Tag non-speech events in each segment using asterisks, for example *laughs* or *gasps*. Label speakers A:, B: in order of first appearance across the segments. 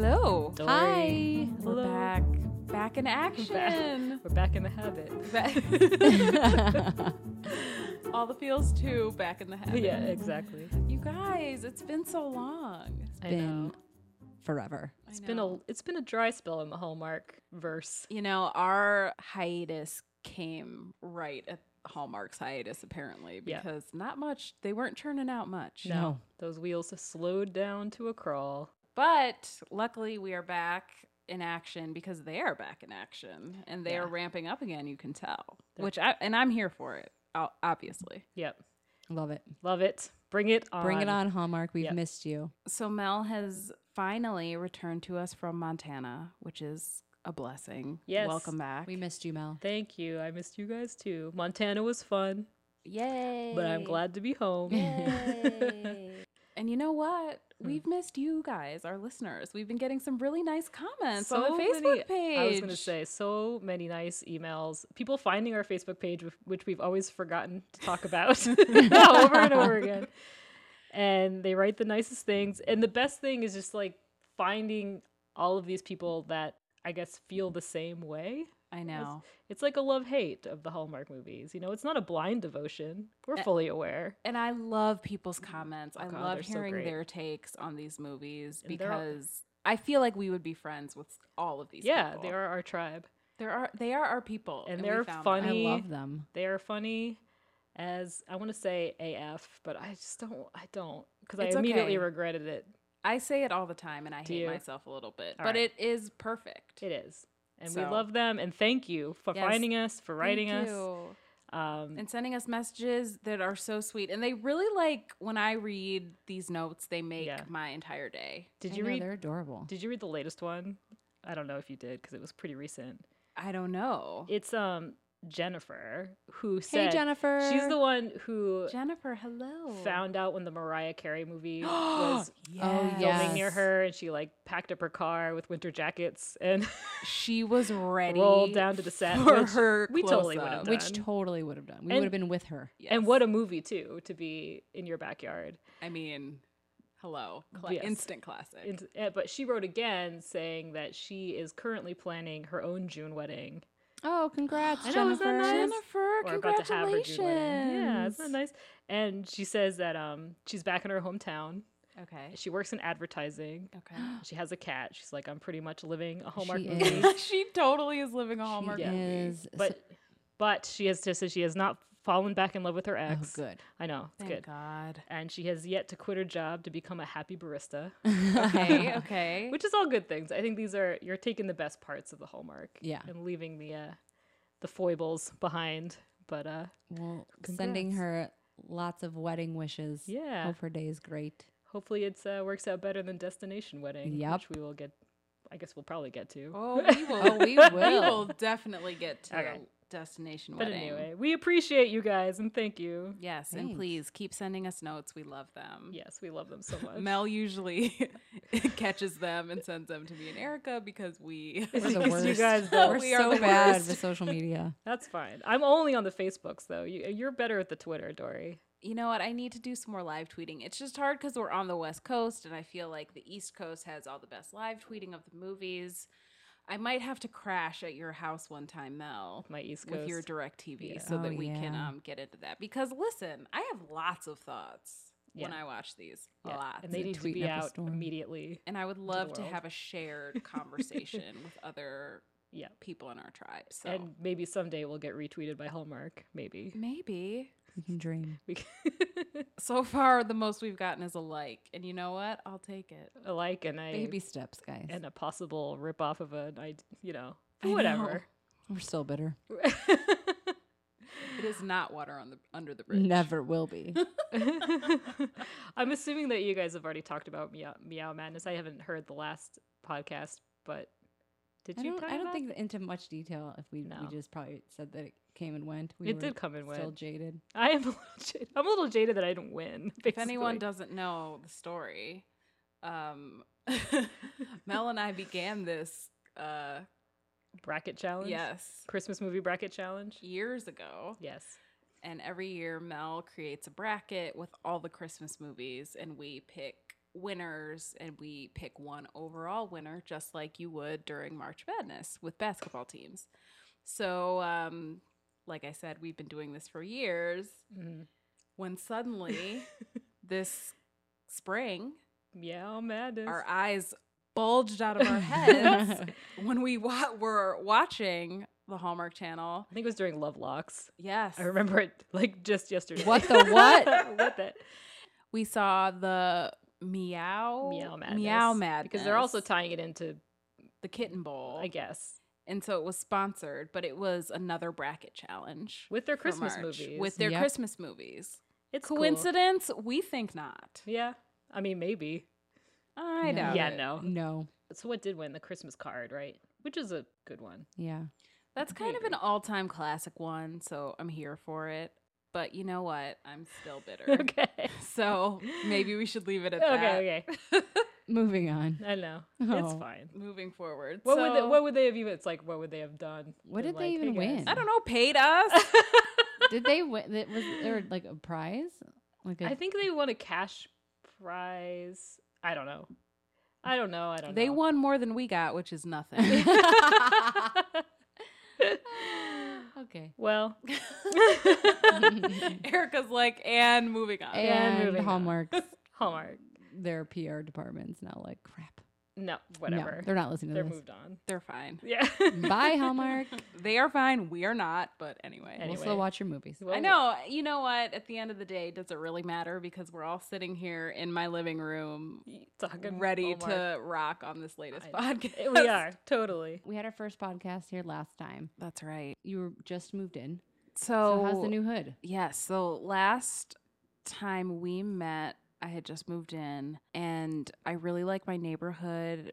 A: Dory.
B: Hi.
A: We're
B: Hello.
A: back. Back in
B: *laughs*
A: action.
B: We're back in the
C: *laughs*
B: habit.
A: Back. *laughs* All the feels too back in the head.
B: yeah, exactly.
A: You guys, it's been so long.
B: I
C: been
B: know.
C: forever.
B: It's been a it's been a dry spell in the Hallmark verse.
A: you know, our hiatus came right at Hallmark's hiatus apparently
B: Yeah.
A: because not much they weren't churning out much.
B: No. Those wheels have slowed down to a crawl.
A: But luckily, we are back in action because they are back in action and they are
B: Yeah.
A: ramping up again. You can tell,
B: They're-
A: which I and I'm here for it, o- obviously.
B: Yep.
C: Love it.
B: Love it. Bring it on.
C: Bring it on, Hallmark. We've
B: Yep.
C: missed you.
A: So Mel has finally returned to us from Montana, which is a blessing.
B: Yes.
A: welcome back.
C: We missed you, Mel.
B: Thank you. I missed you guys too. Montana was fun,
A: Yay!
B: but I'm glad to be home. *laughs*
A: And you know what?
B: Hmm.
A: We've missed you guys, our listeners. We've been getting some really nice comments on
B: So
A: the
B: many-
A: Facebook page.
B: I was going to say so many nice emails. People finding our Facebook page, wh- which we've always forgotten to
A: *laughs*
B: talk about *laughs* over and over again. And they write the nicest things. And the best thing is just like finding all of these people that I guess feel the same way.
A: I know.
B: It's like a love hate of the Hallmark movies. You know, it's not a blind devotion. We're
A: Eh.
B: fully aware.
A: And I love people's comments. I
B: Oh, God,
A: love
B: they're so
A: hearing
B: great.
A: their takes on these movies
B: And they're all-
A: because I feel like we would be friends with all of these.
B: yeah,
A: people.
B: they are our tribe.
A: There are they are our people,
B: And
A: we
B: they're
A: found them.
C: I
B: funny.
C: love them.
B: They are funny as I want to say AF, but I just don't. I don't because I
A: It's
B: immediately
A: okay.
B: regretted it.
A: I say it all the time, and I
B: Do
A: hate
B: you?
A: myself a little bit,
B: All
A: but
B: right.
A: it is perfect.
B: It is, and
A: So-
B: we love them. And thank you for
A: Yes,
B: finding us, for writing
A: Thank
B: us.
A: you.
B: Um,
A: and sending us messages that are so sweet, and they really like when I read these notes. They make
B: Yeah.
A: my entire day.
B: did
C: I
B: you
C: know,
B: read?
C: They're adorable.
B: Did you read the latest one? I don't know if you did because it was pretty recent.
A: I don't know.
B: It's um Jennifer who said
C: Hey, Jennifer.
B: she's the one who
A: Jennifer, hello. *gasps*
B: found *gasps* out when the Mariah Carey movie was
C: Oh,
B: filming
C: yes.
B: near her, and she like packed up her car with winter jackets and *laughs*
A: She was ready.
B: rolled down to the set
A: for
B: which
A: her
B: We totally would
A: close-up.
B: have done.
C: Which totally would have done. We
B: And-
C: would have been with her.
B: And what a movie too to be in your backyard.
A: I mean, hello, Cla-
B: Yes.
A: instant classic.
B: And, eh, but she wrote again saying that she is currently planning her own June wedding.
C: Oh, congrats,
B: I know,
C: Jennifer.
B: isn't that nice?
A: Jennifer,
B: Or about to have her
A: congratulations.
B: June wedding. Yeah, isn't that nice? And she says that um she's back in her hometown.
A: Okay.
B: She works in advertising. *gasps*
A: Okay. *laughs*
B: She has a cat. She's like, I'm pretty much living a Hallmark
C: She
B: movie.
C: is. *laughs*
A: she totally is living a Hallmark
C: She
B: yeah.
A: movie.
C: is.
B: But
C: so-
B: but she has just said she has not fallen back in love with her
C: oh,
B: ex.
C: good.
B: I know, it's
A: Thank
B: *laughs* good.
A: God.
B: And she has yet to quit her job to become a happy barista. *laughs*
A: Okay, okay.
B: which is all good things. I think these are you're taking the best parts of the hallmark,
C: Yeah.
B: and leaving the uh, the foibles behind. But uh,
C: Well, sending
B: Congrats.
C: her lots of wedding wishes.
B: yeah,
C: Hope her day
B: *laughs*
C: is great.
B: hopefully it's uh, works out better than destination wedding,
C: Yep.
B: which we will get. I guess we'll probably get to.
A: oh,
B: *laughs*
A: we will.
C: Oh,
A: we
C: we will.
A: will definitely get to
B: Okay.
A: destination
B: but
A: wedding.
B: anyway, we appreciate you guys and thank you.
A: Yes, and
C: Thanks.
A: please keep sending us notes. We love them.
B: Yes, we love them so much.
A: Mel usually *laughs* catches them and sends them to me and Erica because we *laughs*
C: We're the
B: Because you
C: worst.
B: guys don't-
C: We're
A: We are
C: so
A: the
C: bad
A: worst.
C: with social media.
B: That's fine. I'm only on the Facebooks though. You, you're better at the Twitter, Dory.
A: you know what? I need to do some more live tweeting. It's just hard because we're on the West Coast, and I feel like the East Coast has all the best live tweeting of the movies. I might have to crash at your house one time, Mel,
B: My East Coast.
A: with your direct TV
B: Yeah.
A: so
C: Oh,
A: that we can
C: yeah.
A: um, get into that. Because listen, I have lots of thoughts when
B: Yeah.
A: I watch these.
B: Yeah,
A: Lots.
B: and they need to
C: tweeting
B: be
C: up a
B: out
C: storm.
B: immediately.
A: and I would love to
B: world.
A: have a
B: *laughs*
A: shared conversation with other
B: Yeah.
A: people in our tribe. So
B: And maybe someday we'll get retweeted by Hallmark. Maybe. *laughs*
A: maybe
C: You can dream.
B: We
A: so *laughs* far the most we've gotten is a like, and you know what? I'll take it.
B: a like and I
C: Baby steps, guys.
B: and a possible rip off of an I you know
A: I know.
B: whatever.
C: We're still bitter.
A: *laughs* It is not water on the under the bridge.
C: Never will be.
B: *laughs* I'm assuming that you guys have already talked about Meow, Meow Madness. I haven't heard the last podcast, but did
C: I
B: you?
C: don't,
B: talk
C: I don't
B: about-
C: think into much detail if we,
B: No.
C: we just probably said that it came and went. We
B: it
C: were
B: did come and
C: still
B: win.
C: jaded.
B: I am a *laughs* little jaded. I'm a little jaded that I didn't win.
A: If anyone
B: basically.
A: doesn't know the story, um, *laughs* Mel and I began this uh,
B: bracket challenge,
A: yes
B: Christmas movie bracket challenge,
A: years ago.
B: yes,
A: And every year, Mel creates a bracket with all the Christmas movies, and we pick winners and we pick one overall winner, just like you would during March Madness with basketball teams. So, um, like I said, we've been doing this for years.
B: Mhm.
A: When suddenly this spring,
B: Yeah, madness.
A: our eyes bulged out of
C: *laughs*
A: our heads when we wa- were watching the Hallmark Channel.
B: I think it was during Love Locks.
A: Yes.
B: I remember it like just yesterday.
C: What the
B: *laughs*
C: what?
B: what the
A: We saw the
C: Oh,
A: meow
B: meow madness?
A: meow madness
B: Because they're also tying it into,
A: the kitten bowl,
B: I guess,
A: and so it was sponsored, but it was another bracket challenge
B: with their
A: for
B: Christmas
A: March
B: movies.
A: with their
C: Yep.
A: Christmas movies.
B: it's cool.
A: Coincidence? We think not.
B: Yeah, I mean maybe.
A: I
C: No.
A: doubt
B: Yeah,
A: it.
B: no.
C: No.
B: So what did win the Christmas card, right? Which is a good one.
C: Yeah.
A: That's
B: I
A: kind of an
B: agree.
A: all-time classic one, so I'm here for it. But you know what? I'm
B: *laughs*
A: still bitter.
B: Okay.
A: So maybe we should leave it at that.
B: okay. Okay.
C: Moving on.
B: I know. It's
C: Oh.
B: fine.
A: Moving forward.
B: What would they,
A: So-
B: what would they have even? It's like what would they have done?
C: What
B: They're
C: did they
B: like,
C: even
B: "Hey,
C: win?
A: I don't know, paid
B: *laughs*
A: us.
C: Did they win? That was there like a prize? Like a
B: I think they won a cash prize. I don't know. I don't know. I don't
A: they
B: know.
A: won more than we got, which is nothing.
C: okay.
B: *laughs* well,
C: *laughs*
B: *laughs*
A: *laughs* Erica's like, and moving on.
B: And
C: And
B: moving on.
C: Hallmark's
B: *laughs* Hallmark.
C: their PR department's now like crap.
B: No,
C: No,
B: whatever.
C: they're not listening to
B: they're
C: this.
B: moved on.
A: They're fine. *laughs*
B: Yeah.
C: *laughs* Bye, Hallmark.
B: *laughs*
A: They are fine. We are not. But anyway.
B: Anyway.
C: We'll still watch your movies.
B: Well,
A: I know. You know what? At the end of the day, does it really matter? Because we're all sitting here in my living room,
B: Talking
A: ready
B: Hallmark.
A: to rock on this latest *laughs*
B: I-
A: podcast.
B: *laughs* We are totally.
C: We had our first podcast here last time.
A: That's right.
C: You were just moved in.
A: So,
C: so how's
B: Oh.
C: the new hood?
A: Yes. So last time we met, I had just moved in and I really like my neighborhood.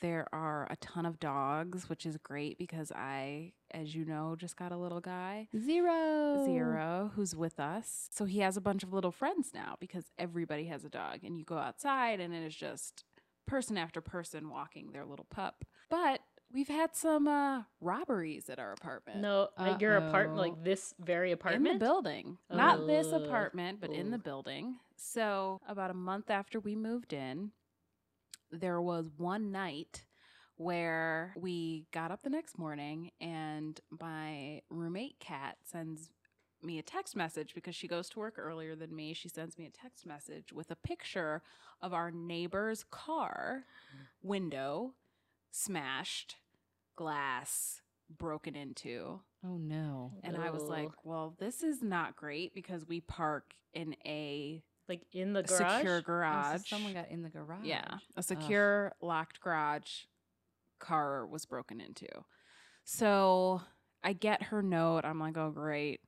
A: There are a ton of dogs, which is great because I, as you know, just got a little guy,
C: Zero.
A: Zero, who's with us. So he has a bunch of little friends now because everybody has a dog. And you go outside and it is just person after person walking their little pup. But we've had some uh, robberies at our apartment
B: No, like your apartment,
C: Uh-oh.
B: like this very apartment.
A: in the building not this
B: Ugh.
A: apartment but in the
B: Ooh.
A: building so about a month after we moved in there was one night where we got up the next morning and my roommate kat sends me a text message because she goes to work earlier than me she sends me a text message with a picture of our neighbor's car window smashed glass broken into
C: Oh no.
A: and I was like,
B: Ugh.
A: well, this is not great because we park in a
B: like in the garage.
A: secure
C: Oh,
A: garage.
C: so someone got in the garage.
A: yeah, a secure locked garage car was broken into. So I get her note. I'm like, oh, great.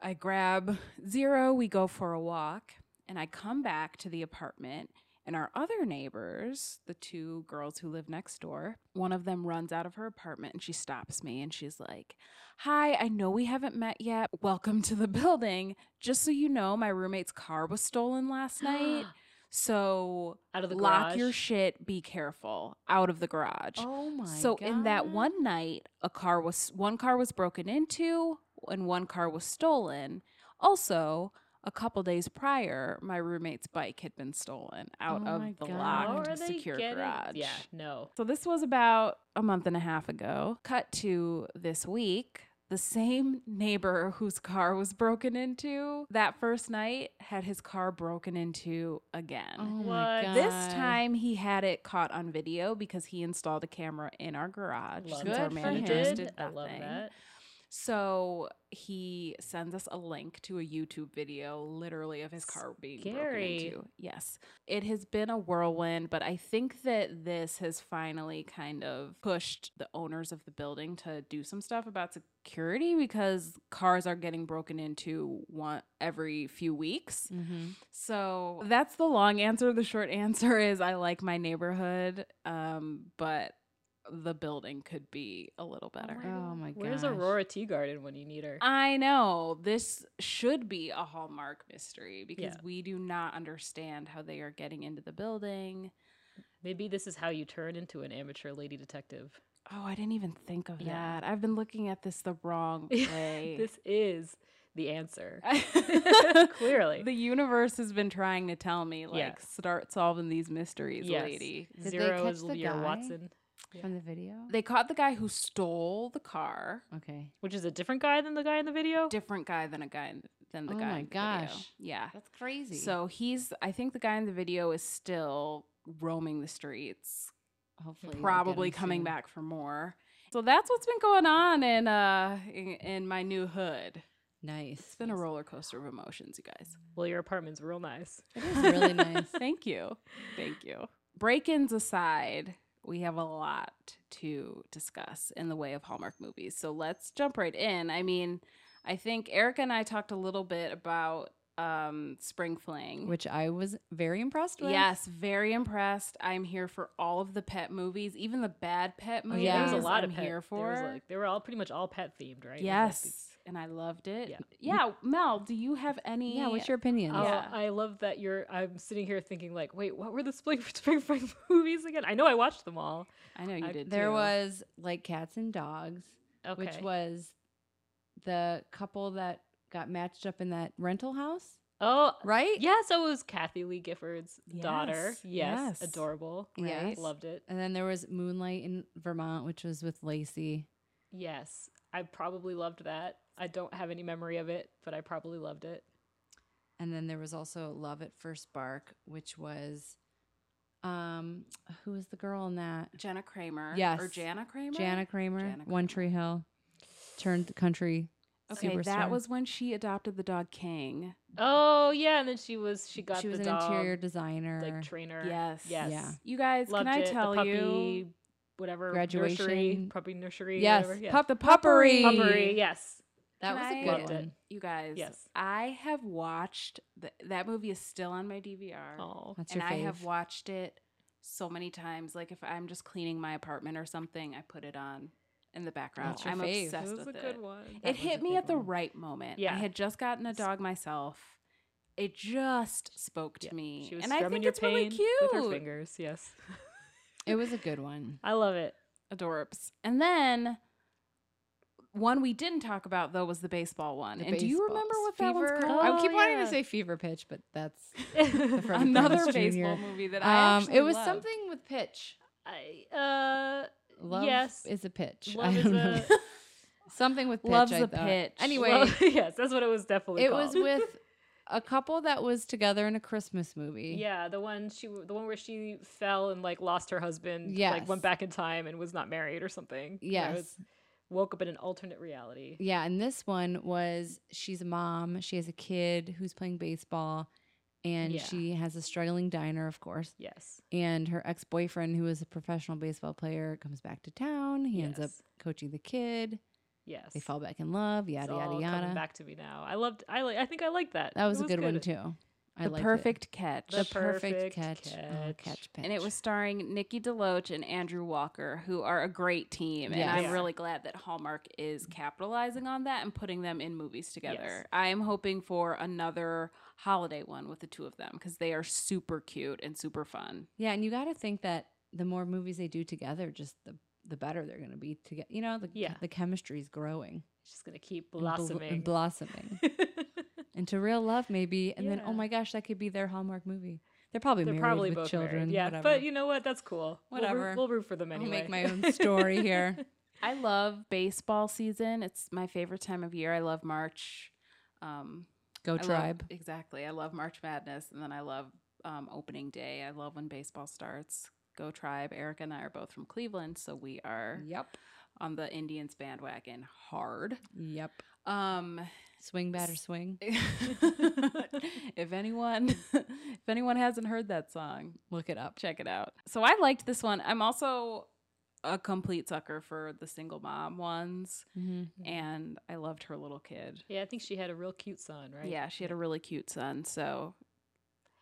A: I grab zero. We go for a walk and I come back to the apartment. And our other neighbors, the two girls who live next door, one of them runs out of her apartment and she stops me and she's like, Hi, I know we haven't met yet. Welcome to the building. Just so you know, my roommate's car was stolen last night. So
B: Out of the garage.
A: lock your shit, be careful out of the garage.
C: Oh my.
A: so in that
C: God.
A: one night, a car was one car was broken into and one car was stolen. Also, a couple days prior, my roommate's bike had been stolen out
C: Oh
A: of
C: my
A: the
C: God.
B: How
A: locked
B: are they
A: secure
B: getting-
A: garage.
B: Yeah, no.
A: So this was about a month and a half ago. Cut to this week. The same neighbor whose car was broken into that first night had his car broken into again.
C: Oh my
B: What?
C: God.
A: This time he had it caught on video because he installed a camera in our garage.
B: Love
A: since our
B: that.
C: for
A: managers
C: him.
A: did
B: I love
A: nothing.
B: that.
A: So he sends us a link to a YouTube video, literally of his car being
B: Scary.
A: broken into. Yes, it has been a whirlwind, but I think that this has finally kind of pushed the owners of the building to do some stuff about security because cars are getting broken into one every few weeks.
C: Mhm.
A: So that's the long answer. The short *laughs* answer is I like my neighborhood, um, but the building could be a little better.
B: my
C: Oh
B: God.
C: my
B: Where's
C: gosh.
B: Aurora Tea Garden when you need her?
A: I know this should be a Hallmark mystery because
B: Yeah.
A: we do not understand how they are getting into the building.
B: Maybe this is how you turn into an amateur lady detective. *laughs*
A: Oh, I didn't even think of
B: Yeah. *laughs*
A: that. I've been looking at this the wrong way. *laughs*
B: this is the answer.
A: the
B: Clearly.
A: universe has been trying to tell me, like,
B: Yeah.
A: start solving these mysteries,
B: Yes.
A: lady.
C: they
B: Zero
C: catch
B: is
C: the
B: your
C: guy?
B: Watson,
C: from the video.
A: They caught the guy who stole the car.
C: okay,
B: which is a different guy than the guy in the video.
A: Different guy than a guy in- than the
C: Oh
A: guy.
C: my
A: in the video.
C: gosh.
A: Yeah.
C: that's crazy.
A: So he's. I think the guy in the video is still roaming the streets,
C: hopefully, we'll get
A: probably
C: him
A: coming
C: soon.
A: back for more. So that's what's been going on in uh in, in my new hood.
C: Nice.
A: It's been a roller coaster of emotions, you guys.
B: Well, your apartment's real nice.
C: It *laughs* is really nice.
A: Thank you. Thank you. Break-ins aside, we have a lot to discuss in the way of Hallmark movies. So let's jump right in. I mean, I think Erica and I talked a little bit about um Spring Fling.
C: Which I was very impressed with.
A: Yes, very impressed. I'm here for all of the pet movies, even the bad pet
B: Oh,
A: movies.
B: yeah,
C: yeah.
B: there was a lot
A: I'm
B: of pet.
A: here
B: There
A: for.
B: was, like, they were all pretty much all pet themed, right? It was, like, these-
A: yes, and I loved it. Yeah.
B: Yeah.
A: Mel, do you have any?
C: Yeah. What's your opinion?
B: Oh,
A: Yeah.
B: I love that you're. I'm sitting here thinking, like, wait, what were the Spring *laughs* Spring Fling movies again? I know I watched them all.
A: I know you
B: I-
A: did.
C: There
A: too.
C: was like cats and dogs,
B: Okay.
C: which was the couple that got matched up in that rental house,
B: Oh,
C: right?
B: yeah. So it was Kathy Lee Gifford's daughter.
A: Yes,
B: Yes,
A: yes.
B: adorable.
A: Right.
B: Loved it.
C: And then there was Moonlight in Vermont, which was with Lacey.
B: Yes, I probably loved that. I don't have any memory of it, but I probably loved it.
C: And then there was also Love at First Bark, which was um who was the girl in that?
A: Jenna Kramer. Or
C: Yes.
A: Jana Kramer.
C: Jana Kramer,
A: Jana Kramer.
C: One Tree Hill, turned country.
A: Okay, that
C: superstar.
A: was when she adopted the dog King.
B: Oh yeah, and then she was she got
C: she was
B: the
C: an
B: dog,
C: interior designer.
B: like trainer.
A: Yes.
B: Yes.
C: Yeah.
A: You guys,
B: Loved
A: can I
B: it.
A: tell
B: the puppy,
A: you?
B: whatever nursery,
C: Graduation.
B: puppy nursery.
C: yes,
B: Whatever. Yeah.
C: pup, the
A: Puppery.
C: puppery.
B: Puppery, Yes.
C: That
A: Can
C: was
A: I-
C: a
B: Loved
C: good
B: it.
C: one.
A: You guys,
B: Yes.
A: I have watched th- that movie is still on my DVR.
B: Oh.
C: That's
A: and
C: your
A: I
C: fave.
A: have watched it so many times. Like if I'm just cleaning my apartment or something, I put it on in the background.
C: That's your
A: I'm
C: fave.
A: obsessed
B: That was a
A: with it.
B: good one.
C: That
A: It
C: was
A: hit
C: a
A: me
C: big
A: at the
C: one.
A: right moment. I
B: Yeah.
A: had just gotten a dog myself. It just spoke to
B: Yeah.
A: me,
B: She was
A: and I
B: strumming
A: think
B: your
A: it's really
B: pain
A: cute.
B: with her fingers. Yes.
C: It was a
A: *laughs*
C: good one.
B: I love it. *laughs*
A: Adorbs. And then one we didn't talk about though was the baseball one.
C: The
A: and do you
C: baseball-
A: remember what that one's
C: Fever-
A: called?
C: I keep
B: Oh,
C: wanting
B: yeah.
C: to say fever pitch, but that's Freddy
A: Another
C: Prinze Jr..
A: baseball movie that I
C: um
A: actually
C: it was
A: loved.
C: something with pitch.
B: I uh
C: Love
B: yes.
C: is a pitch.
B: Love
C: I
B: is
C: don't know. *laughs*
B: a-
C: Something with pitch.
A: Love's
C: I
A: a
C: thought.
A: pitch.
C: Anyway,
B: well, *laughs* yes, that's what it *laughs* was definitely.
C: it was
B: called.
C: with a couple that was together in a Christmas movie.
B: Yeah, the one she the one where she fell and like lost her husband, like
C: Yes.
B: went back in time and was not married or something. Yeah, it
C: Yes.
B: was- woke up in an alternate reality.
C: Yeah, and this one was she's a mom, she has a kid who's playing baseball, and
B: Yeah.
C: she has a struggling diner, of course.
B: Yes.
C: And her ex boyfriend, who is a professional baseball player, comes back to town. He ends up
B: Yes.
C: coaching the kid.
B: Yes.
C: They fall back in love,
B: It's
C: yada,
B: all
C: yada,
B: Coming
C: yada.
B: back to me now. I loved. I like. I think I liked that.
C: That
B: It
C: was, a good, one, too. I
A: the
C: liked it.
A: perfect catch.
B: The
C: The
B: perfect
C: perfect catch. Oh,
B: catch.
C: catch pitch.
A: and it was starring Nikki DeLoach and Andrew Walker, who are a great team. And
C: Yes.
A: I'm
B: Yeah.
A: really glad that Hallmark is capitalizing on that and putting them in movies together.
B: Yes.
A: I am hoping for another holiday one with the two of them because they are super cute and super fun.
C: Yeah, and you got to think that the more movies they do together, just the the better they're going to be together. You know, the
B: Yeah.
C: the chemistry is growing,
B: She's gonna keep
C: and blo- and
B: blossoming. *laughs*
C: blossoming into real love, maybe. And then, oh
B: Yeah.
C: my gosh, that could be their hallmark movie. They're probably
B: They're
C: married
B: probably
C: with
B: both married.
C: children.
B: Yeah,
C: whatever.
B: but you know what? That's cool. We'll root-
C: Whatever.
B: We'll root, for them
C: I'll
B: anyway.
C: make my
B: *laughs*
C: own story here.
A: I love baseball season. It's my favorite time of year. I love March. Um,
C: Go
A: I love-
C: tribe.
A: exactly. I love March Madness, and then I love um, opening day. I love when baseball starts. Go Tribe. Erica and I are both from Cleveland, so we are
C: Yep.
A: on the Indians bandwagon hard.
C: Yep.
A: Um, *laughs*
C: Swing batter swing.
A: if anyone, if anyone hasn't heard that song,
C: Look it up.
A: check it out. So I liked this one. I'm also a complete sucker for the single mom ones,
C: Mm-hmm.
A: and I loved her little kid.
B: Yeah, I think she had a real cute son, right?
A: Yeah, she had a really cute son, so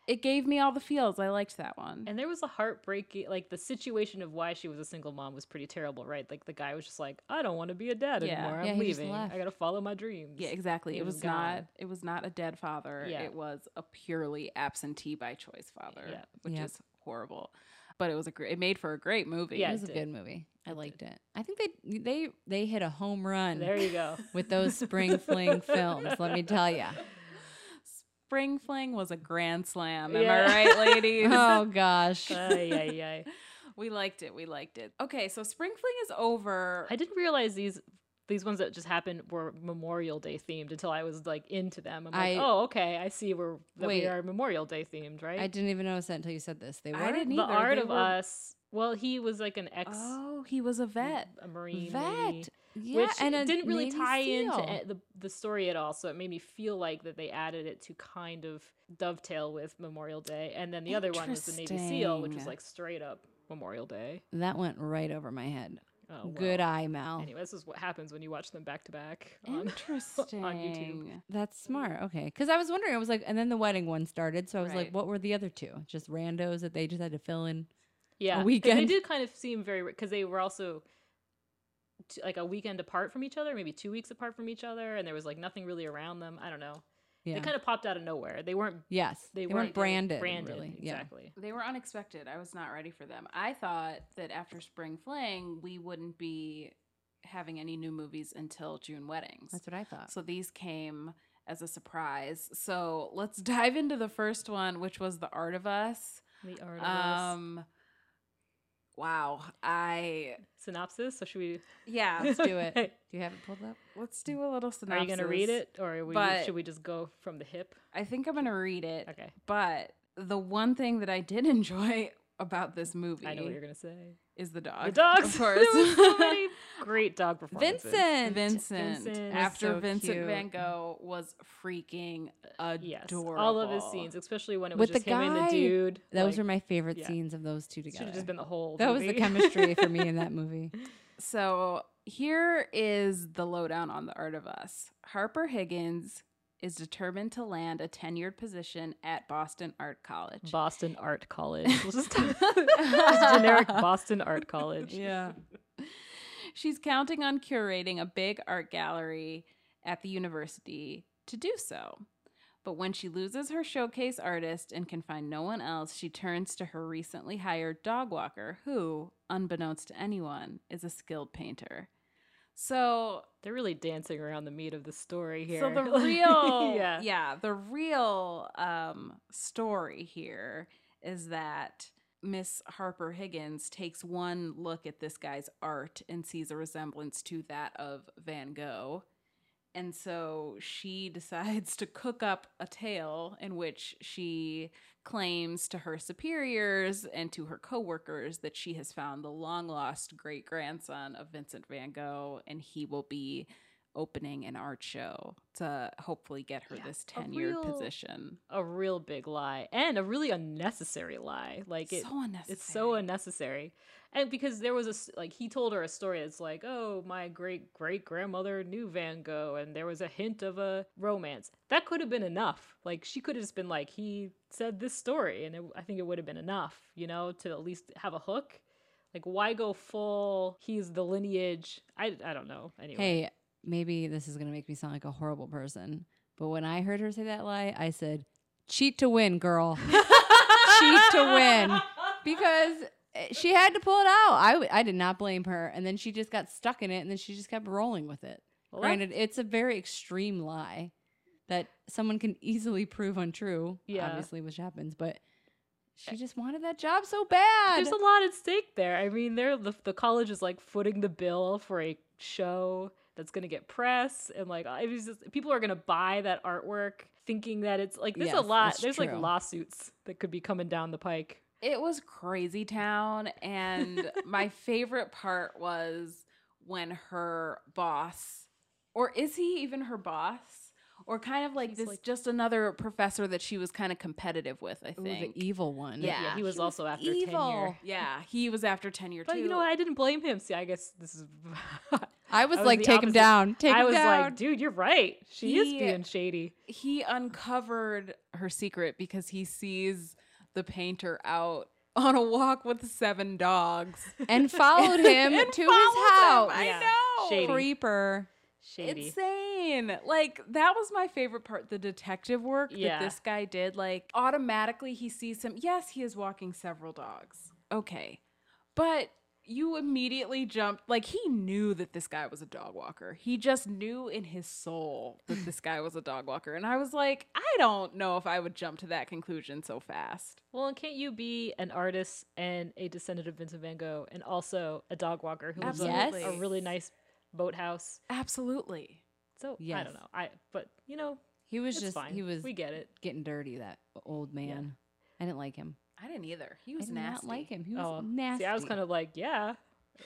A: it gave me all the feels. I liked that one.
B: And there was a heartbreaking, like the situation of why she was a single mom was pretty terrible, right? Like the guy was just like, I don't want to be a dad
A: Yeah.
B: anymore. I'm
C: Yeah, he just
B: leaving.
C: left.
B: I gotta follow my dreams.
A: yeah, exactly.
B: he
A: It
B: was
A: was not
B: gone.
A: it was not a dead father.
B: Yeah.
A: It was a purely absentee by choice father,
B: Yeah.
A: which
C: Yeah.
A: is horrible. but it was a great. It made for a great movie.
B: Yeah,
C: it
B: it
C: was a
B: did.
C: good movie. I liked it. I think they they they hit a home run
B: There you go.
C: *laughs* with those spring
B: *laughs*
C: fling films. Let me tell you.
A: Spring Fling was a grand slam. Am
B: Yeah.
A: I right,
B: *laughs*
A: ladies?
C: Oh gosh.
B: Ay, ay, ay.
A: *laughs* we liked it. We liked it. Okay, so Spring Fling is over.
B: I didn't realize these these ones that just happened were Memorial Day themed until I was like into them. I'm like,
C: I-
B: oh, okay, I see we're that
C: Wait.
B: we are Memorial Day themed, right?
C: I didn't even notice that until you said this. They were
A: I didn't
B: the
A: either.
B: art
A: They
B: of
A: were-
B: us. Well, he was like an ex
A: Oh, he was a vet.
B: a marine maybe,
C: vet. Yeah,
B: which
C: and a
B: didn't really
C: Navy
B: tie into
C: SEAL.
B: a- the the story at all. So it made me feel like that they added it to kind of dovetail with Memorial Day, and then the other one was the Navy SEAL, which was
A: Interesting.
B: like straight up Memorial Day.
C: That went right over my head.
B: Oh, well.
C: Good eye, Mal.
B: Anyway, this is what happens when you watch them back to back. on- *laughs*
A: Interesting.
C: That's smart. Okay. Because I was wondering, I was like, and then the wedding one started. So I was
A: Right.
C: like, what were the other two? Just randos that they just had to fill in.
B: yeah 'cause they
C: weekend.
B: did kind of seem very because they were also t- like a weekend apart from each other maybe two weeks apart from each other and there was like nothing really around them i don't know
C: Yeah.
B: they kind of popped out of nowhere they weren't
C: yes.
B: they,
C: weren't branded.
B: branded
C: Really.
B: exactly
A: They were unexpected. I was not ready for them. I thought that after Spring Fling, we wouldn't be having any new movies until June Weddings.
C: Yeah. That's what I thought.
A: So these came as a surprise. So let's *laughs* dive into the first one, which was The Art of Us.
B: the art of us.
A: Um, wow. I,
B: synopsis so should we
A: yeah,
C: *laughs* Let's do it. Do you have it pulled up?
A: *laughs* let's do a little synopsis.
B: *laughs* are you gonna read it or are we,
A: But-
B: should we just go from the hip
A: I think I'm going to read it.
B: okay
A: But the one thing that I did *laughs* enjoy about this movie
B: i know what you're gonna say
A: is the dog.
B: the dogs *laughs*
A: Of
B: there was
A: course.
C: *laughs*
B: so many great dog performances
C: Vincent.
A: Vincent,
B: Vincent was
A: after
C: so
A: Vincent
C: cute.
A: Van Gogh was freaking adorable.
B: yes all of his scenes especially when it was
C: With
B: just
C: the
B: him and the
C: guy.
B: dude
C: Those
B: like,
C: were my favorite
B: yeah.
C: scenes of those two
B: Should
C: together.
B: have just been the whole.
C: that was the
B: movie.
C: chemistry
A: *laughs*
C: for me
B: *laughs*
C: in that movie.
A: So here is the lowdown on the art of us. Harper Higgins is determined to land a tenured position at Boston Art College.
B: Boston
A: *laughs*
B: Art College. We'll just, just generic Boston Art College.
A: yeah. She's counting on curating a big art gallery at the university to do so. But when she loses her showcase artist and can find no one else, she turns to her recently hired dog walker, who, unbeknownst to anyone, is a skilled painter. So,
B: They're really dancing around the meat of the story here.
A: so
B: *laughs*
A: the
B: Like,
A: real,
B: yeah.
A: yeah. the real um, story here is that Miss Harper Higgins takes one look at this guy's art and sees a resemblance to that of Van Gogh. And so she *laughs* decides to cook up a tale in which she claims to her superiors and to her coworkers that she has found the long lost great grandson of Vincent van Gogh and he will be opening an art show to hopefully get her
B: Yeah,
A: this
B: a
A: tenured
B: real-
A: position.
B: A real big lie and a really unnecessary lie. Like it,
A: so unnecessary.
B: it's so unnecessary. And because there was a s- like he told her a story. It's like, oh, my great great grandmother knew Van Gogh, and there was a hint of a romance. That could have been enough. Like she could have just been like, he said this story, and it, I think it would have been enough. You know, to at least have a hook. Like why go full? He's the lineage. I I don't know. Anyway,
C: Hey, *laughs* maybe this is going to make me sound like a horrible person, but when I heard her say that lie, I said, cheat to
B: *laughs*
C: win, girl. cheat to win. Because eh, she had to pull it out. I, w- I did not blame her. And then she just got stuck in it and then she just kept rolling with it.
B: Well, that-
C: Granted, it's a very extreme lie that someone can easily prove untrue,
B: Yeah. Eh.
C: obviously, which happens, but she just wanted that job so bad.
B: there's a lot at stake there. I mean, they're the, the college is like footing the bill for a show that's going to get press, and like I was just, people are going to buy that artwork thinking that it's like there's a
C: Yes,
B: lot.
C: it's
B: There's like
C: true.
B: lawsuits that could be coming down the pike.
A: It was crazy town.
B: *laughs*
A: And my favorite part was when her boss, or is he even her boss? Or kind of like
B: He's
A: this,
B: like-
A: just another professor that she was kind of competitive with, I
C: Ooh, the
B: e-
A: think.
C: evil one.
A: Yeah.
B: he was also after tenure.
A: yeah, he was after tenure
B: But
A: too.
B: you know, what? I didn't blame him. See, I guess this is. *laughs*
C: I was,
B: I was
C: like,
B: the
C: take him
B: opposite.
C: down. Take
B: I
C: him
B: was
C: down.
B: like, dude, you're right. She is
A: He-
B: being shady.
A: he uncovered her secret because he sees the painter out *laughs* on a walk with seven dogs
B: *laughs*
C: and followed him
A: And
C: to
A: follows
C: his house.
A: him. I
B: Yeah.
A: know.
B: Shady.
C: Creeper.
B: Shady.
A: Insane. Like that was my favorite part, the detective work
B: Yeah.
A: that this guy did. Like automatically he sees him. Yes, he is walking several dogs. okay. But you immediately jumped like he knew that this guy was a dog walker. He just knew in his soul that this guy was a dog walker. And I was like, I don't know if I would jump to that conclusion so fast.
B: Well, and can't you be an artist and a descendant of Vincent Van Gogh and also a dog walker who lives in
C: Absolutely.
B: a really nice boathouse?
A: Absolutely.
B: So I
C: Yes.
B: don't know. I but you know
C: He was
B: it's
C: just
B: fine.
C: he was
B: we get it.
C: getting dirty. That old man. I didn't like him.
A: I didn't either. He
C: I
A: was
C: did
A: nasty.
C: not like him. He was
B: Oh,
C: nasty.
B: See, I was kind of like, yeah,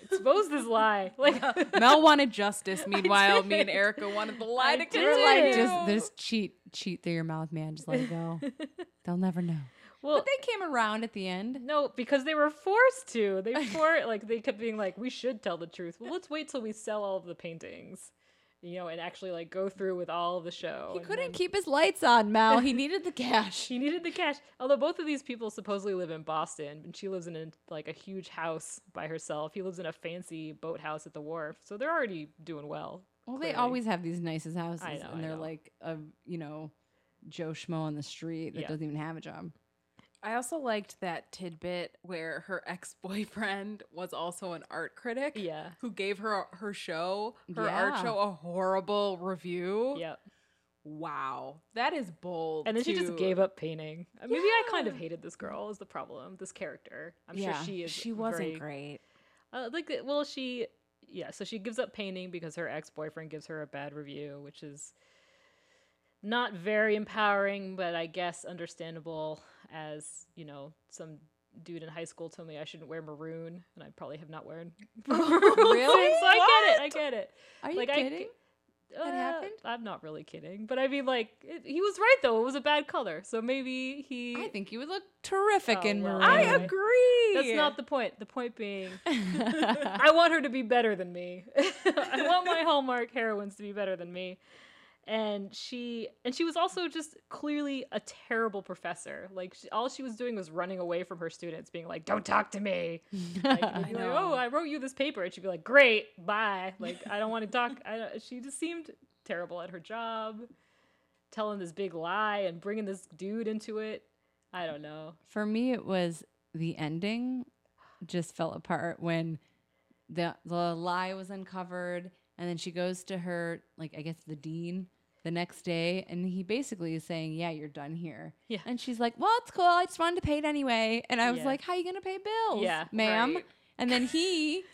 B: expose
C: *laughs*
B: this lie. *laughs* Like
A: Mel wanted justice. Meanwhile, me and
B: did.
A: Erica wanted the lie
B: I
A: to
B: did.
C: We were like
A: continue.
C: just this cheat cheat through your mouth, man. Just let
B: *laughs*
C: it go. They'll never know.
B: well,
C: But they came around at the end.
B: no, because they were forced to.
C: *laughs*
B: They for like they kept being like, we should tell the truth. Well, let's wait till we sell all of the paintings, you know, and actually like go through with all of the show.
C: He
B: and
C: couldn't
B: then-
C: keep his lights on, Mel. He needed
B: *laughs*
C: the cash.
B: She needed the cash. Although both of these people supposedly live in Boston, and she lives in a, like a huge house by herself. He lives in a fancy boathouse at the wharf, so they're already doing well.
C: Well, they
B: clearly.
C: always have these nicest houses,
B: I know, I
C: and they're
B: know.
C: like a you know Joe schmo on the street that
B: Yeah.
C: doesn't even have a job.
A: I also liked that tidbit where her ex boyfriend *laughs* was also an art critic.
C: *laughs*
B: Yeah.
A: Who gave her her show, her art
C: Yeah.
A: show, a horrible review?
B: Yeah.
A: Wow, that is bold.
B: And then she just
A: to-
B: gave up painting. Uh, Maybe I kind of
A: Yeah.
B: hated this girl is the problem. This character. I'm
C: Yeah,
B: sure she is.
A: She wasn't
B: very-
A: great.
B: Uh, like, uh, well, she yeah. So she gives up painting because her ex boyfriend gives her a bad review, which is not very empowering, but I guess understandable. As you know, some dude in high school told me I shouldn't wear maroon, and I probably have not
C: *laughs*
B: worn. maroon since, So I get it. I get it.
C: Are you
B: Like, I
C: kidding?
B: g-
C: That happened?
B: I'm not really kidding, but I mean, like, it, he was right though. It was a bad color, so maybe he.
C: I, think you would look terrific
B: Oh,
C: in
B: well,
C: maroon.
A: I
B: Anyway,
A: agree.
B: That's not the point. The point being,
C: I
B: I want her to be better than me. *laughs* I want my Hallmark heroines to be better than me. And she and she was also just clearly a terrible professor. Like she, all she was doing was running away from her students, being like, "Don't talk to me."
C: *laughs*
B: *laughs* Like, they'd be like,
A: know.
B: "Oh, I wrote you this paper," and she'd be like, "Great, bye." Like I don't want to talk. I don't, she just seemed terrible at her job, telling this big lie and bringing this dude into it. I don't know.
C: For me, it was the ending just fell apart when the the lie was uncovered, and then she goes to her like I guess the dean the next day, and he basically is saying, "Yeah, you're done here."
B: Yeah.
C: and she's like, "Well, it's cool. I just wanted to pay it anyway." And I was
B: Yeah.
C: like, "How you gonna pay bills,
B: Yeah,
C: Oh, ma'am?"
A: right.
B: *laughs*
C: And then he *laughs*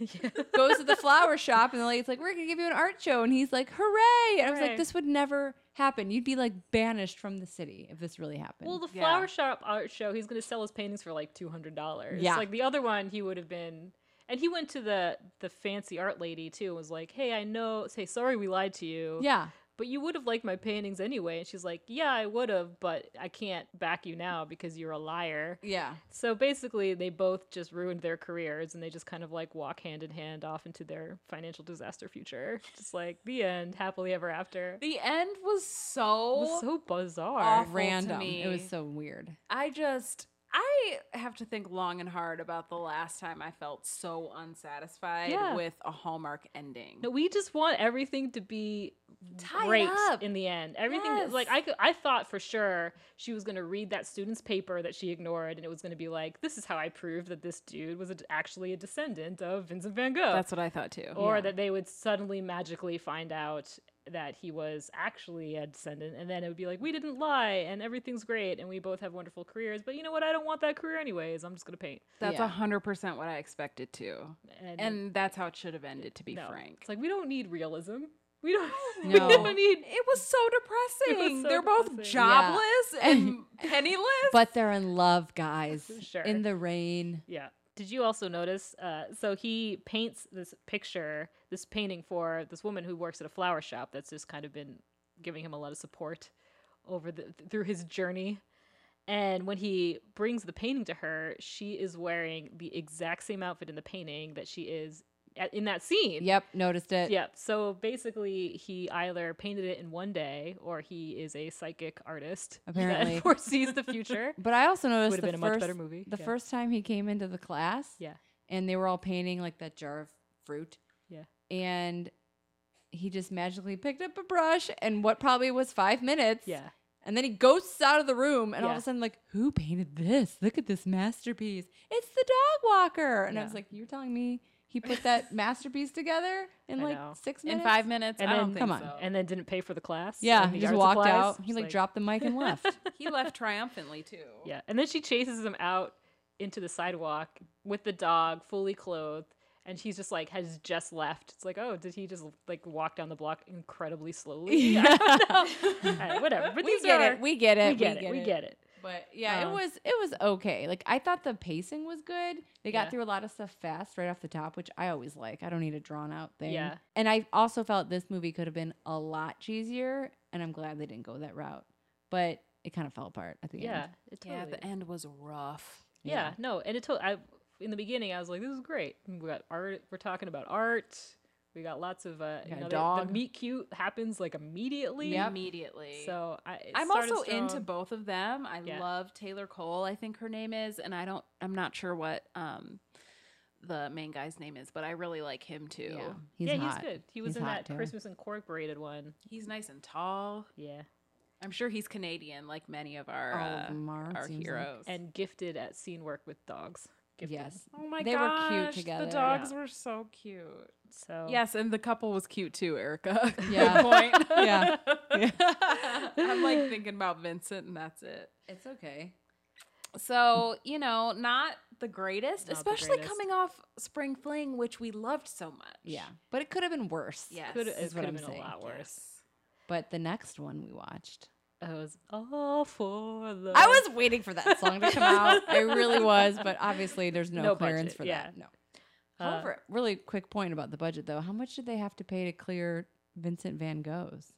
C: goes to the flower shop, and the lady's like, "We're gonna give you an art show," and he's like, "Hooray!" And I was
B: Hooray.
C: like, "This would never happen. You'd be like banished from the city if this really happened."
B: Well, the
A: Yeah.
B: flower shop art show, he's going to sell his paintings for like two hundred dollars.
C: Yeah.
B: like the other one, he would have been. And he went to the the fancy art lady too. and Was like, hey, I know. Say sorry, we lied to you.
C: yeah.
B: But you would have liked my paintings anyway. And she's like, yeah, I would have, but I can't back you now because you're a liar.
C: Yeah.
B: So basically, they both just ruined their careers, and they just kind of like walk hand in hand off into their financial disaster future. Just like the end, happily ever after. It
A: The end was so.
B: was so bizarre.
A: Awful. to
C: random. It was
A: me.
C: so weird.
A: I just. I have to think long and hard about the last time I felt so unsatisfied
B: Yeah.
A: with a Hallmark ending.
B: No, we just want everything to be
A: Tied
B: great
A: up.
B: in the end. Everything
A: Yes.
B: like I could, I thought for sure she was going to read that student's paper that she ignored and it was going to be like this is how I proved that this dude was a, actually a descendant of Vincent van Gogh
A: That's what I thought too.
B: or
C: yeah.
B: that they would suddenly magically find out that he was actually a descendant and then it would be like we didn't lie and everything's great and we both have wonderful careers but you know what I don't want that career anyways I'm just going to paint.
A: That's a
C: Yeah.
A: 100% what I expected too.
B: And,
A: And that's how it should have ended, to be
B: no.
A: frank.
B: It's like we don't need realism. We don't, *laughs* we
C: No.
B: don't need
A: it was so depressing.
B: so
A: They're both
B: depressing.
A: jobless
C: Yeah.
A: and penniless.
C: *laughs* But they're in love, guys.
B: Sure.
C: In the rain.
B: Yeah. Did you also notice? Uh, so he paints this picture, this painting for this woman who works at a flower shop that's just kind of been giving him a lot of support over the through his journey. And when he brings the painting to her, she is wearing the exact same outfit in the painting that she is at, in that scene.
C: Yep, noticed it.
B: Yep. So basically, he either painted it in one day, or he is a psychic artist *laughs*
C: Apparently.
B: that foresees the
C: *laughs*
B: future.
C: But I also noticed
B: Would have
C: the
B: been a much
C: first,
B: better movie.
C: the
B: Yeah.
C: first time he came into the class.
B: Yeah.
C: And they were all painting like that jar of fruit.
B: Yeah.
C: And he just magically picked up a brush and what probably was five minutes
B: Yeah.
C: And then he ghosts out of the room, and all of
B: Yeah.
C: a sudden, like, who painted this? Look at this masterpiece. It's the dog walker. And I
B: Yeah.
C: was like, you're telling me he
B: *laughs*
C: put that masterpiece together in
B: I
C: like
B: know.
C: six
A: in
C: minutes?
A: five minutes.
B: And
A: I don't
B: then-
A: think
C: Come on.
A: so.
B: and then didn't pay for the class.
C: Yeah,
B: and the
C: he just
B: art
C: walked
B: supplies.
C: out. He
B: Just
C: like, dropped the mic and
B: *laughs*
C: left.
A: he left triumphantly too.
B: Yeah, and then she chases him out into the sidewalk with the dog, fully clothed, and he's just like has just left. It's like, oh, did he just like walk down the block incredibly
C: *laughs*
B: slowly? *laughs* I don't know. All right, whatever. But
C: we
B: these
C: get
B: are,
C: it. We get it.
B: we get it. We get it.
C: But yeah, it
B: Um,
C: was it was okay. Like I thought the pacing was good. They got
B: Yeah.
C: through a lot of stuff fast right off the top, which I always like. I don't need a drawn out thing.
B: Yeah.
C: And I also felt this movie could have been a lot cheesier, and I'm glad they didn't go that route. But it kind of fell apart at the
B: Oh, Yeah,
C: end.
B: it totally.
A: Yeah, the end was rough.
B: yeah. no, and it told I in the beginning I was like, this is great. We got art. We're talking about art. We got lots of uh,
C: We
B: you
C: got a
B: know, the-
C: dog.
B: The meet cute happens like immediately.
C: Yep.
A: Immediately.
B: So I, it
A: I'm
B: started
A: also into
B: strong.
A: both of them. I
B: Yeah.
A: love Taylor Cole, I think her name is, and I don't I'm not sure what um the main guy's name is, but I really like him too.
C: Yeah. He's
B: yeah, he's
C: hot.
B: good. He was
C: He's
B: in
C: hot,
B: that
C: too.
B: Christmas Incorporated one.
A: He's nice and tall.
B: Yeah.
A: I'm sure he's Canadian like many of our
C: All
A: uh,
C: of them are, Oh, it
A: our
C: seems like.
A: heroes.
B: and gifted at scene work with dogs. Gifted.
C: Yes.
A: *laughs* oh my
C: They were cute together.
A: The dogs
B: Yeah.
A: were so cute.
B: So
A: Yes, and the couple was cute too, Erica. *laughs*
C: Yeah.
A: Good point.
B: *laughs*
C: Yeah.
A: I'm like thinking about Vincent and that's it.
C: It's okay.
A: So, you know, not the greatest,
B: Not the
A: especially
B: greatest.
A: coming off Spring Fling, which we loved so much.
C: Yeah. But it could have been worse.
A: Yes.
B: could
A: is
B: it could
C: what
B: have
C: I'm
B: been
C: saying.
B: a lot worse.
C: But the next one we watched.
B: I was all for the.
C: I was waiting for that song to
B: *laughs*
C: come out. I really was, but obviously there's no,
B: No
C: clearance
B: budget,
C: for
B: yeah.
C: that. No.
B: Uh,
C: However, really quick point about the budget though. How much did they have to pay to clear Vincent Van Gogh's?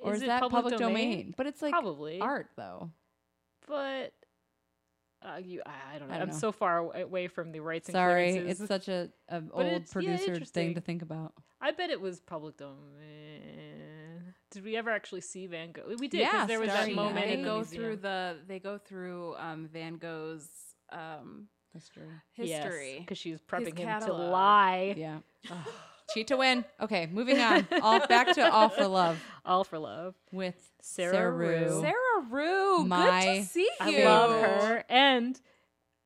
C: Or is,
B: it
C: that public, domain? But it's like
B: Probably
C: art though.
B: but uh, you. I, I don't know.
C: I
B: I
C: don't
B: am
C: know.
B: so far aw- away from the rights. and
C: Sorry,
B: clearances.
C: it's such a, a
B: But
C: old
B: it's- yeah,
C: producer thing to
B: interesting.
C: think about.
B: I bet it was public domain. Did we ever actually see Van Gogh? We did. 'cause
C: Yeah,
B: there was
C: Starry
B: that
A: Starting,
B: moment.
A: they
B: in the
A: go
B: museum.
A: through the they go through um, Van Gogh's um,
C: History.
A: history.
B: because she was prepping him to
A: catalog.
B: lie.
C: Yeah. *laughs*
B: *laughs*
C: Cheat to win. Okay, moving on. All back to All for Love
B: *laughs* All for love.
C: with
B: Sarah
C: Sarah
B: Rue.
C: Rue.
A: Sarah Rue, good
C: My
A: to see
B: I
A: you.
B: love
C: Huge.
B: her. And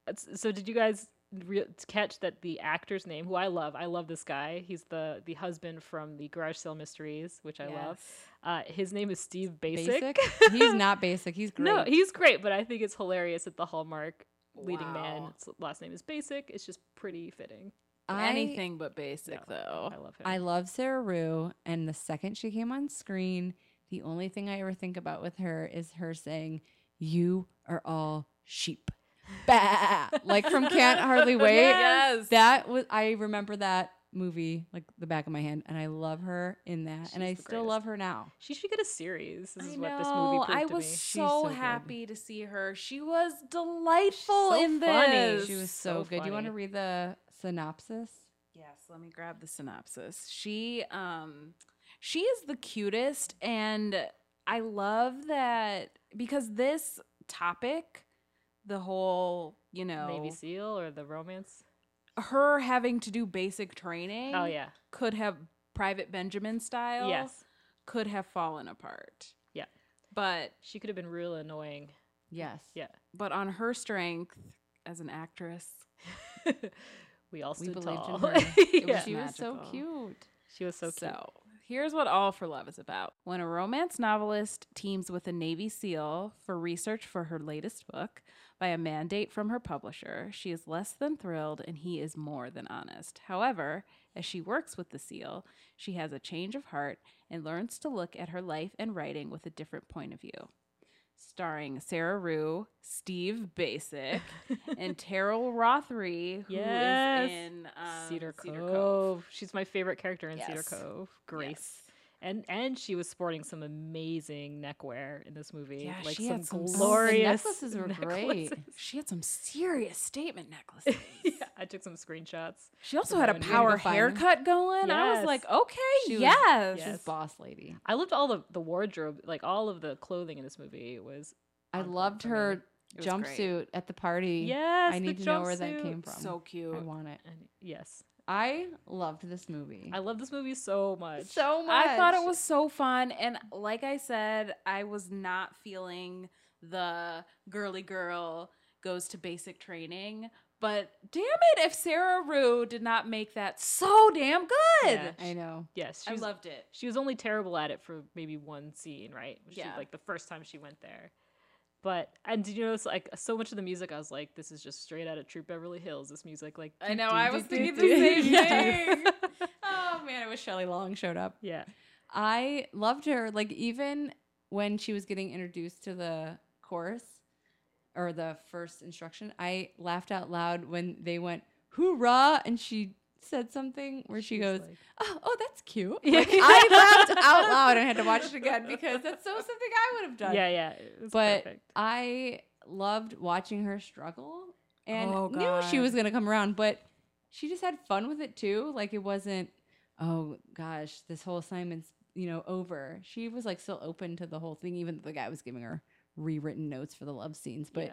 B: it's- so, did you guys re- catch that the actor's name, who I love, I love this guy. He's the the husband from the Garage Sale Mysteries, which I love. Uh, his name is Steve Basic.
C: Basic. he's not basic. He's
B: *laughs*
C: great.
B: no, he's great, but I think it's hilarious that the Hallmark leading
A: Wow.
B: man s- last name is Basic. It's just pretty fitting.
C: I-
A: Anything but basic though.
B: I love him.
C: I love Sarah Rue, and the second she came on screen, the only thing I ever think about with her is her saying, "You are all sheep," bah!
A: *laughs*
C: like from Can't Hardly Wait.
A: Yes.
C: That was I remember that movie like the back of my hand, and I love her in that,
B: She's
C: and I
B: the
C: still
B: greatest.
C: love her now.
B: she should get a series. This
A: I
B: is what this movie
A: know,
B: proved
A: I
B: to
A: was
B: me.
A: so,
C: so good.
A: happy to see her. She was delightful
B: so
A: in
B: funny.
A: this.
C: She was
B: So
C: so, good. You want to
B: funny.
C: read the synopsis?
A: Yes, let me grab the synopsis. She um she is the cutest and I love that because this topic the whole, you know,
B: Navy SEAL or the romance.
A: her having to do basic training
B: Oh yeah,
A: could have private Benjamin style
B: yes.
A: could have fallen apart.
B: Yeah.
A: But
B: She could have been real annoying. *laughs*
C: Yes.
B: Yeah.
A: but on her strength as an actress,
B: we all
C: We
B: stood
C: believed
B: tall. *laughs*
C: in her. It
B: Yeah.
C: was, she was so
A: Magical.
C: cute.
B: She was so cute.
A: here's what All for Love is about. When a romance novelist teams with a Navy SEAL for research for her latest book by a mandate from her publisher, she is less than thrilled and he is more than honest. However, as she works with the SEAL, she has a change of heart and learns to look at her life and writing with a different point of view. Starring Sarah Rue, Steve Basic, *laughs*
B: *laughs*
A: and Terrell Rothery, who is
B: Yes.
A: in um,
B: Cedar, Cove. She's my favorite character in Cedar
A: Yes.
B: Cove, Grace.
A: Yes.
B: And and she was sporting some amazing neckwear in this movie.
A: Yeah,
B: like
A: she
B: some,
A: had some- Oh, the
B: glorious *laughs*
C: necklaces were great.
B: necklaces.
A: She had some serious statement necklaces.
B: *laughs* yeah, I took some screenshots.
A: She also had a
B: Ramona
A: power
C: Feynman.
A: haircut going. I was
B: Yes.
A: like, okay,
C: She was-
A: yes.
C: She's
B: Yes.
C: boss lady.
B: I loved all the the wardrobe, like all of the clothing in this movie was
C: I
B: on point
C: loved
B: for me.
C: her
A: It was great.
C: jumpsuit at the party.
B: Yes,
C: I
B: the
C: need to know where that
B: jumpsuit.
C: came from.
A: So cute.
C: I want it.
B: And yes,
C: I loved this movie
B: I love this movie so much.
C: so much.
A: I thought it was so fun. And like I said, I was not feeling the girly girl goes to basic training. But damn it, if Sarah Rue did not make that so damn good.
B: Yeah.
C: I know.
B: yes,
A: I
B: she's,
A: loved it.
B: she was only terrible at it for maybe one scene, right? Which
A: Yeah.
B: She, like the first time she went there. But and did you notice like so much of the music? I was like, this is just straight out of True Beverly Hills. This music, like
A: I know,
B: doo,
A: I
B: doo,
A: was
B: doo,
A: thinking
B: doo,
A: the *laughs*
B: doo.
A: same
B: *laughs* Yeah.
A: thing.
C: Oh man, I wish Shelley Long showed up.
B: Yeah,
C: I loved her. Like even when she was getting introduced to the course or the first instruction, I laughed out loud when they went hoorah and she said something where she
B: She's
C: goes,
B: like-
C: oh, "Oh, that's cute."
B: Yeah.
C: *laughs*
B: *laughs*
C: Like, I laughed out loud and had to watch it again because that's so something I would have done.
B: yeah, yeah. It was
C: But
B: perfect.
C: I loved watching her struggle and
A: Oh,
C: knew she
A: God.
C: was going to come around, but she just had fun with it too. Like it wasn't, oh gosh, this whole assignment's, you know, over. She was like still open to the whole thing, even though the guy was giving her rewritten notes for the love scenes, but
B: Yeah,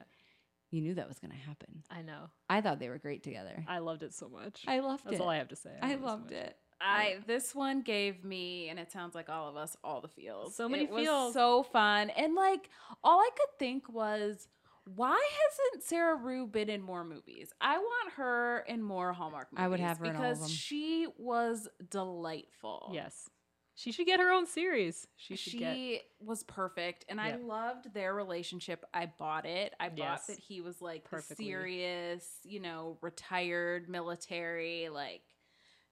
C: you knew that was going to happen.
B: I know.
C: I thought they were great together. I,
B: I loved it so much.
C: loved
B: That's
C: it.
B: all I
C: I,
B: have to say. it so
C: loved
B: much.
C: it.
A: I this one gave me, and it sounds like all of us, all the feels.
B: So many
A: It was
B: feels.
A: so fun, and like all I could think was, why hasn't Sarah Rue been in more movies? I want her in more Hallmark movies.
C: I would have her in
A: because
C: all of them.
A: she was delightful.
B: Yes, she should get her own series. She should
A: She
B: get.
A: was perfect, and I
B: Yep.
A: loved their relationship. I bought it. I bought
B: Yes.
A: that he was like the
B: Perfectly.
A: serious, you know, retired military, like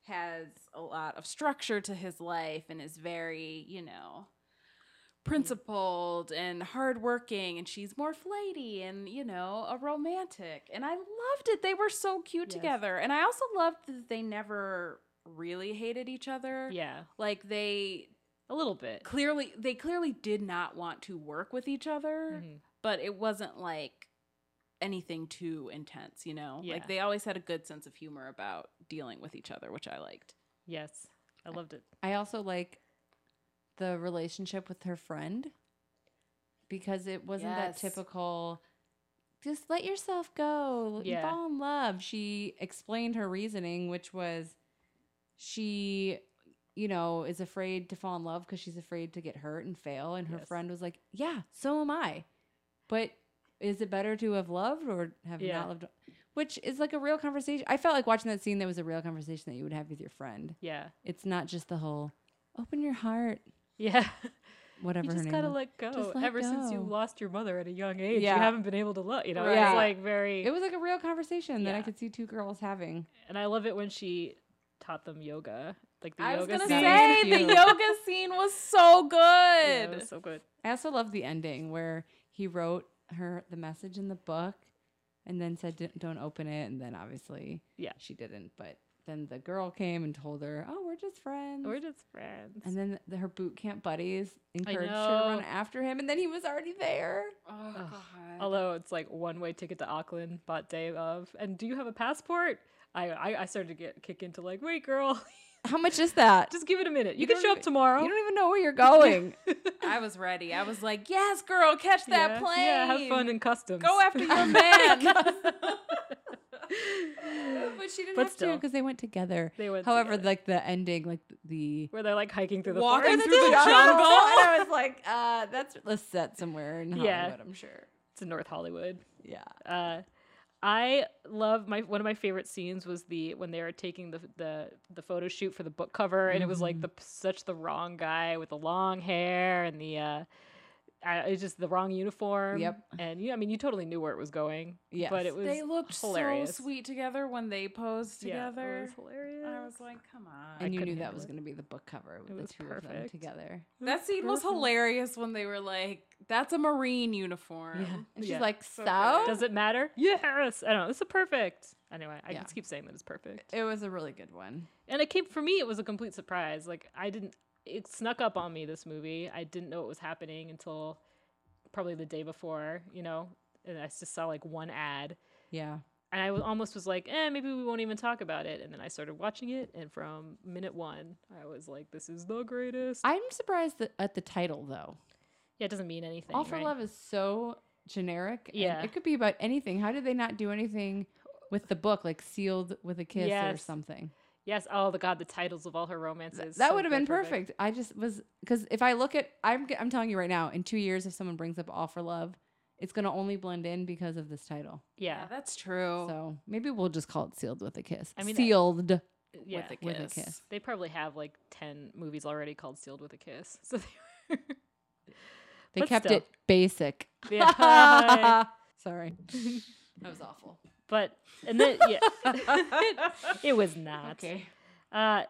A: has a lot of structure to his life and is very, you know, principled and hardworking. And she's more flighty and, you know, a romantic. And I loved it. They were so cute
B: Yes.
A: together. And I also loved that they never really hated each other.
B: Yeah,
A: Like they
B: a little bit.
A: clearly they clearly did not want to work with each other
B: Mhm.
A: but it wasn't like anything too intense you know
B: Yeah.
A: like they always had a good sense of humor about dealing with each other which i liked
B: Yes, I loved it.
C: I also like the relationship with her friend because it wasn't
A: Yes.
C: that typical just let yourself go l-
B: Yeah.
C: fall in love she explained her reasoning which was she you know is afraid to fall in love because she's afraid to get hurt and fail and her
B: Yes.
C: friend was like yeah so am i but is it better to have loved or have
B: Yeah.
C: not loved which is like a real conversation i felt like watching that scene that was a real conversation that you would have with your friend
B: Yeah,
C: it's not just the whole open your heart,
B: yeah. *laughs*
C: whatever
B: you
C: her
B: just
C: name
B: gotta
C: was.
B: let go.
C: Just let
B: Ever since you
C: go.
B: lost your mother at a young age,
C: Yeah.
B: you haven't been able to look. You know,
C: Right.
B: it's like very.
C: It was like a real conversation that I
B: Yeah.
C: could see two girls having.
B: and I love it when she taught them yoga, like the
A: i was
B: yoga.
A: gonna
B: scene.
A: say
C: Thank
A: the
C: you.
A: yoga scene was so good
B: Yeah, it was so good.
C: I also love the ending where he wrote her the message in the book and then said, "Don't- don't open it. And then obviously,
B: Yeah.
C: she didn't. But then the girl came and told her, oh, we're just friends.
B: We're just friends.
C: and then the, her boot camp buddies encouraged her to
B: know.
C: run after him. And then he was already there.
A: oh,
B: Ugh.
A: God.
B: Although it's like one way ticket to Auckland, bought day of. And do you have a passport? I, I, I started to get kick into like, wait, girl,
C: How much is that?
B: just give it a minute. You,
C: You
B: can
C: don't
B: show up
C: even-
B: tomorrow.
C: You don't even know where you're
B: *laughs*
C: going.
A: i was ready i was like yes girl catch that
B: yeah,
A: plane
B: Yeah, have fun in customs.
A: go after your man
C: but she
B: *laughs*
C: didn't
B: But
C: have to
B: still.
C: because they went together.
B: They went
C: However,
B: together.
C: like the ending, like the
B: where they're like hiking through the
A: Walking
B: forest.
A: through
C: *laughs*
A: the jungle.
C: and I was like, uh, that's a set somewhere in Hollywood,
B: Yeah.
C: I'm sure.
B: It's in North Hollywood.
C: Yeah.
B: Uh, I love my one of my favorite scenes was the when they were taking the the, the photo shoot for the book cover and it was like the such the wrong guy with the long hair and the uh I, it's just the wrong uniform.
C: Yep.
B: And you I mean you totally knew where it was going. Yeah.
C: Yes.
B: But it was
A: they looked
B: hilarious.
A: so sweet together when they posed
B: Yeah, it
A: together
B: was hilarious.
A: i was like come on
C: And you
B: couldn't
C: knew that
B: handle
C: was
B: it.
C: going to be the book cover with the
B: was
C: two of them
B: perfect.
C: together.
A: That scene was hilarious when they were like, "That's a marine uniform."
C: And she's
B: Um, Yeah.
C: like,
A: So
C: so?
A: good.
B: Does it matter? Yes. I don't know. This is perfect. Anyway, I
C: Yeah.
B: just keep saying that it's perfect.
C: it was a really good one.
B: and it came for me it was a complete surprise like i didn't it snuck up on me this movie i didn't know it was happening until probably the day before you know and i just saw like one ad
C: Yeah.
B: and i wa- almost was like eh maybe we won't even talk about it and then i started watching it and from minute one i was like this is the greatest
C: I'm surprised that at the title, though.
B: yeah it doesn't mean anything
C: All for
B: right?
C: Love is so generic. and
B: Yeah.
C: It could be about anything. How did they not do anything with the book, like sealed with a kiss or
B: Yes.
C: something?
B: Yes. Oh, the God, the titles of all her romances.
C: That
B: So
C: would have been
B: they're
C: perfect. I just was because if I look at, I'm g- I'm telling you right now, in two years, if someone brings up All for Love, it's gonna only blend in because of this title.
B: Yeah.
A: that's true.
C: So maybe we'll just call it Sealed with a Kiss.
B: Oh. I mean, I-
C: Sealed.
B: yeah.
A: With, a kiss.
C: with a kiss.
B: They probably have like 10 movies already called Sealed with a Kiss. *laughs* So
C: *laughs*
B: they
C: they
B: but
C: kept
B: still.
C: it
B: *laughs*
C: basic. *laughs*
B: Yeah.
C: Sorry, that
A: *laughs*
B: *laughs*
C: was awful.
B: But and then yeah, *laughs* it was not. Uh,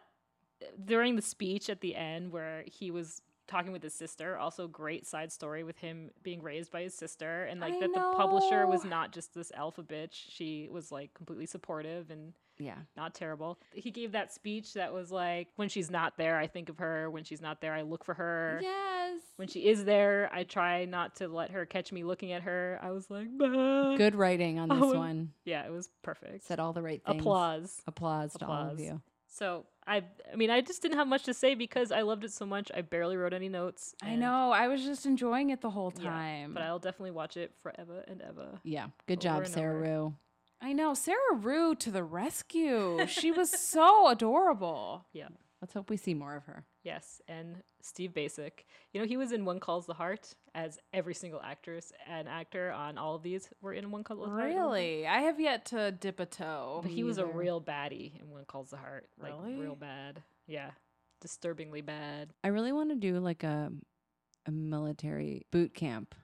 B: during the speech at the end, where he was talking with his sister, also great side story with him being raised by his sister, and like
C: I
B: that the publisher was
C: know.
B: not just this alpha bitch. She was like completely supportive and
C: Yeah,
B: not terrible. He gave that speech that was like, when she's not there, I think of her. When she's not there, I look for her.
C: yes.
B: When she is there, I try not to let her catch me looking at her. I was like, "Bah."
C: Good writing on this
B: *laughs* Oh, and-
C: one.
B: Yeah, it was perfect.
C: Said all the right things.
B: Applause.
C: Applause to all of
B: Applause.
C: you.
B: So I, I mean, I just didn't have much to say because I loved it so much. I barely wrote any notes.
A: I
B: and-
A: know. I was just enjoying it the whole
B: Yeah,
A: time.
B: but I'll definitely watch it forever and ever.
C: Yeah, good
B: Over
C: job,
B: and
C: Sarah
B: over.
C: Rue.
A: I know. Sarah Rue to the
B: *laughs*
A: rescue. she was so adorable.
C: Let's hope we see more of her.
B: Yes, and Steve Basic. You know, he was in One Calls the Heart as every single actress and actor on all of these were in One Calls the Heart. at one point.
A: Really? I have yet to dip a toe.
B: But he was a
C: either.
B: real baddie in One Calls the Heart. Like
A: Really?
B: real bad. Yeah. Disturbingly bad.
C: I really want to do like a a military boot camp.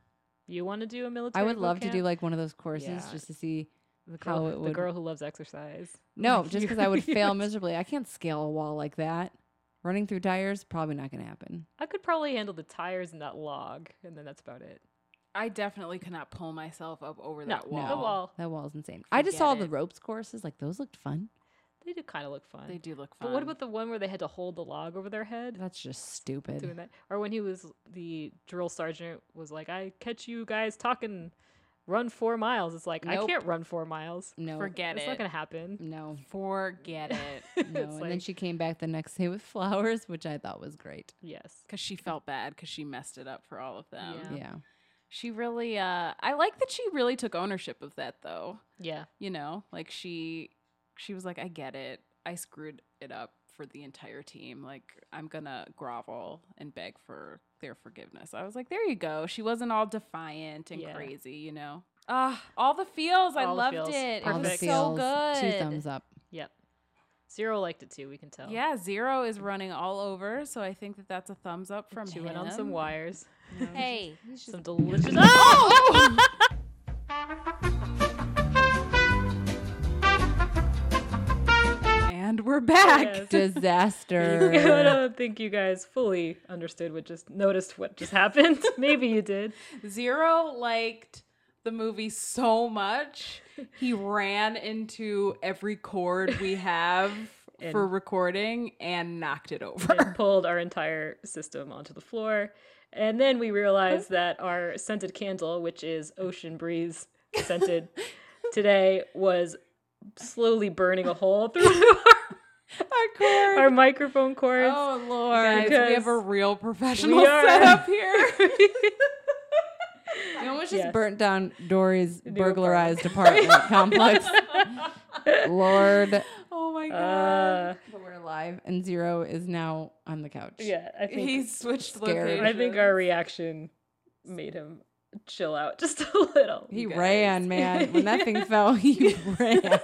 B: You want to do a military?
C: I would
B: boot
C: love to do
B: camp?
C: like one of those courses
B: Yeah.
C: just to see. *laughs*
B: the girl,
C: how it
B: the
C: would-
B: girl who loves exercise. *laughs*
C: No,
B: Like
C: just
B: you-
C: because I would
B: you
C: fail
B: would-
C: miserably. I can't scale a wall like that. Running through tires probably not going to happen.
B: I could probably handle the tires and that log, and then that's about it.
A: I definitely could not pull myself up over
B: No,
A: that
B: no.
A: wall.
B: The wall.
C: That wall's insane. I just
B: Forget
C: saw the
B: it.
C: ropes courses. Like those looked fun.
B: They do kind of look fun.
A: They do look fun.
B: But what about the one where they had to hold the log over their head?
C: That's just stupid. *laughs*
B: Doing that, *laughs* or when he was the drill sergeant was like, "I catch you guys talking, run four miles." It's like I
C: Nope.
B: can't run four miles.
C: No,
A: Forget
B: it's
A: it.
B: not gonna happen.
C: no,
A: Forget it.
B: *laughs* It's
C: no. and then
B: like-
C: she came back the next day with *laughs* flowers, which I thought was great.
B: yes,
A: Because she felt bad because she messed it up for all of them.
B: Yeah.
C: Yeah,
A: She really, uh, I like that she really took ownership of that though.
B: yeah,
A: You know, like she, she was like, I get it. I screwed it up for the entire team. Like, I'm gonna grovel and beg for their forgiveness. I was like, there you go. She wasn't all defiant and
B: Yeah.
A: crazy, you know? Ah, all the feels. I
B: All the
A: loved
B: feels.
A: it.
C: all
A: It
C: the
A: was so
C: feels.
A: good.
C: Two
B: *laughs*
C: thumbs up.
B: yep. Zero liked it too. We can tell.
A: Yeah, Zero is running all over, so I think that that's a thumbs up from
B: she
A: him.
B: went on some wires,
C: Hey,
B: some
C: *laughs*
B: delicious.
A: And we're back.
B: Yes. *laughs* I
C: disaster.
B: don't think you guys fully understood what just noticed what
A: *laughs*
B: just happened. Maybe you did.
A: Zero liked the movie so much, he ran into every cord we have for
B: *laughs* And-
A: recording and knocked it over. *laughs*
B: and pulled our entire system onto the floor. And then we realized that our scented candle, which is ocean breeze scented
A: *laughs*
B: today, was slowly burning a
A: *laughs*
B: hole through
A: cord.
B: our microphone cords.
A: Oh Lord, guys, we have
B: Because
A: a real professional
B: we are-
A: setup here.
C: We almost
B: Yes.
C: just burnt down Dory's
B: New *laughs*
C: burglarized apartment complex. *laughs* Lord,
A: Oh my God,
B: Uh,
C: but we're alive, and Zero is now on the couch.
B: *laughs* yeah, *laughs* I think
A: he switched
C: Scary.
A: locations.
B: I think
A: *laughs*
B: our reaction made him chill out just a little.
C: He
A: You guys.
C: ran, man. When that *laughs* thing fell, he ran.
A: What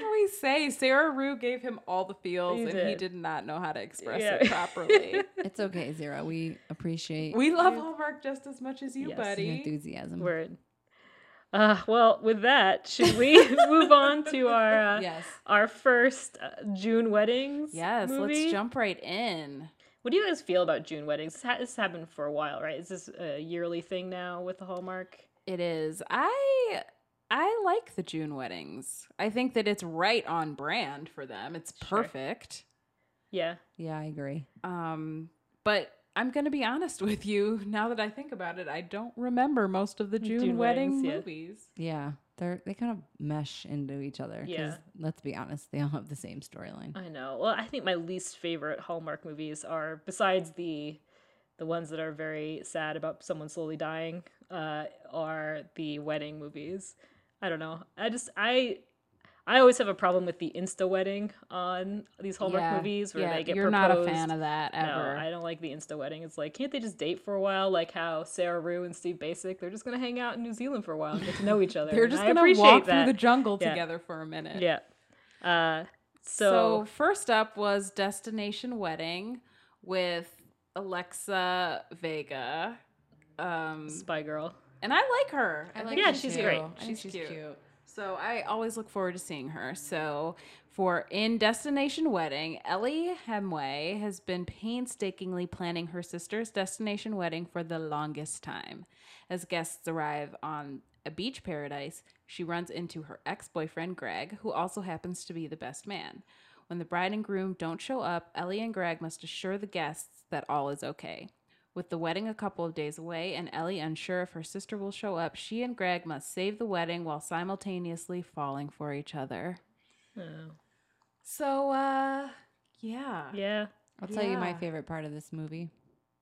A: can we say? Sarah Rue gave him all the feels,
B: He
A: and he
B: did.
A: did not know how to express
B: *laughs* Yeah.
A: it
B: *laughs*
A: properly.
C: *laughs* It's okay, Zero. We appreciate
A: we love homework just as much as you,
B: Yes.
C: your
A: buddy.
C: enthusiasm.
B: Word. Uh, well, with that, should we
A: *laughs*
B: move on to our uh,
C: yes.
B: our first uh, June weddings?
A: Yes,
B: movie?
A: let's jump right in.
B: What do you guys feel about June weddings? This ha- This happened for a while, right? Is this a yearly thing now with the Hallmark?
A: It is. I I like the June weddings. I think that it's right on brand for them. It's
B: Sure.
A: perfect.
B: Yeah.
C: Yeah, I agree.
A: Um, but I'm going to be honest with you. Now that I think about it, I don't remember most of the June,
B: June
A: wedding
B: weddings, yeah.
A: movies.
C: Yeah, they're they kind of mesh into each other. 'cause
B: Yeah.
C: Let's be honest, they all have the same storyline.
B: I know. Well, I think my least favorite Hallmark movies are besides the the ones that are very sad about someone slowly dying uh, are the wedding movies. I don't know. I just I I always have a problem with the insta wedding on these Hallmark
A: Yeah,
B: movies where
A: yeah,
B: they get
A: you're
B: proposed.
A: not a fan of that ever.
B: No, I don't like the insta wedding. It's like, can't they just date for a while? Like how Sarah Rue and Steve Basic, they're just gonna hang out in New Zealand for a while and get to
A: *laughs*
B: know each other.
A: They're
B: and
A: just
B: I
A: gonna
B: appreciate
A: walk
B: that.
A: through the jungle
B: Yeah.
A: together for a minute.
B: Yeah. Uh,
A: So,
B: so,
A: first up was Destination Wedding with Alexa Vega. Um,
B: Spy Girl.
A: and I like her. I think
B: Yeah, her she's
A: cute.
B: great.
A: I think she's, cute. So I always look forward to seeing her. So for In Destination Wedding, Ellie Hemway has been painstakingly planning her sister's destination wedding for the longest time. As guests arrive on a beach paradise, she runs into her ex boyfriend, Greg, who also happens to be the best man. When the bride and groom don't show up, Ellie and Greg must assure the guests that all is okay. With the wedding a couple of days away and Ellie unsure if her sister will show up, she and Greg must save the wedding while simultaneously falling for each other.
B: Oh,
A: So, uh, yeah.
B: yeah.
C: I'll tell you my
A: Yeah.
C: favorite part of this movie.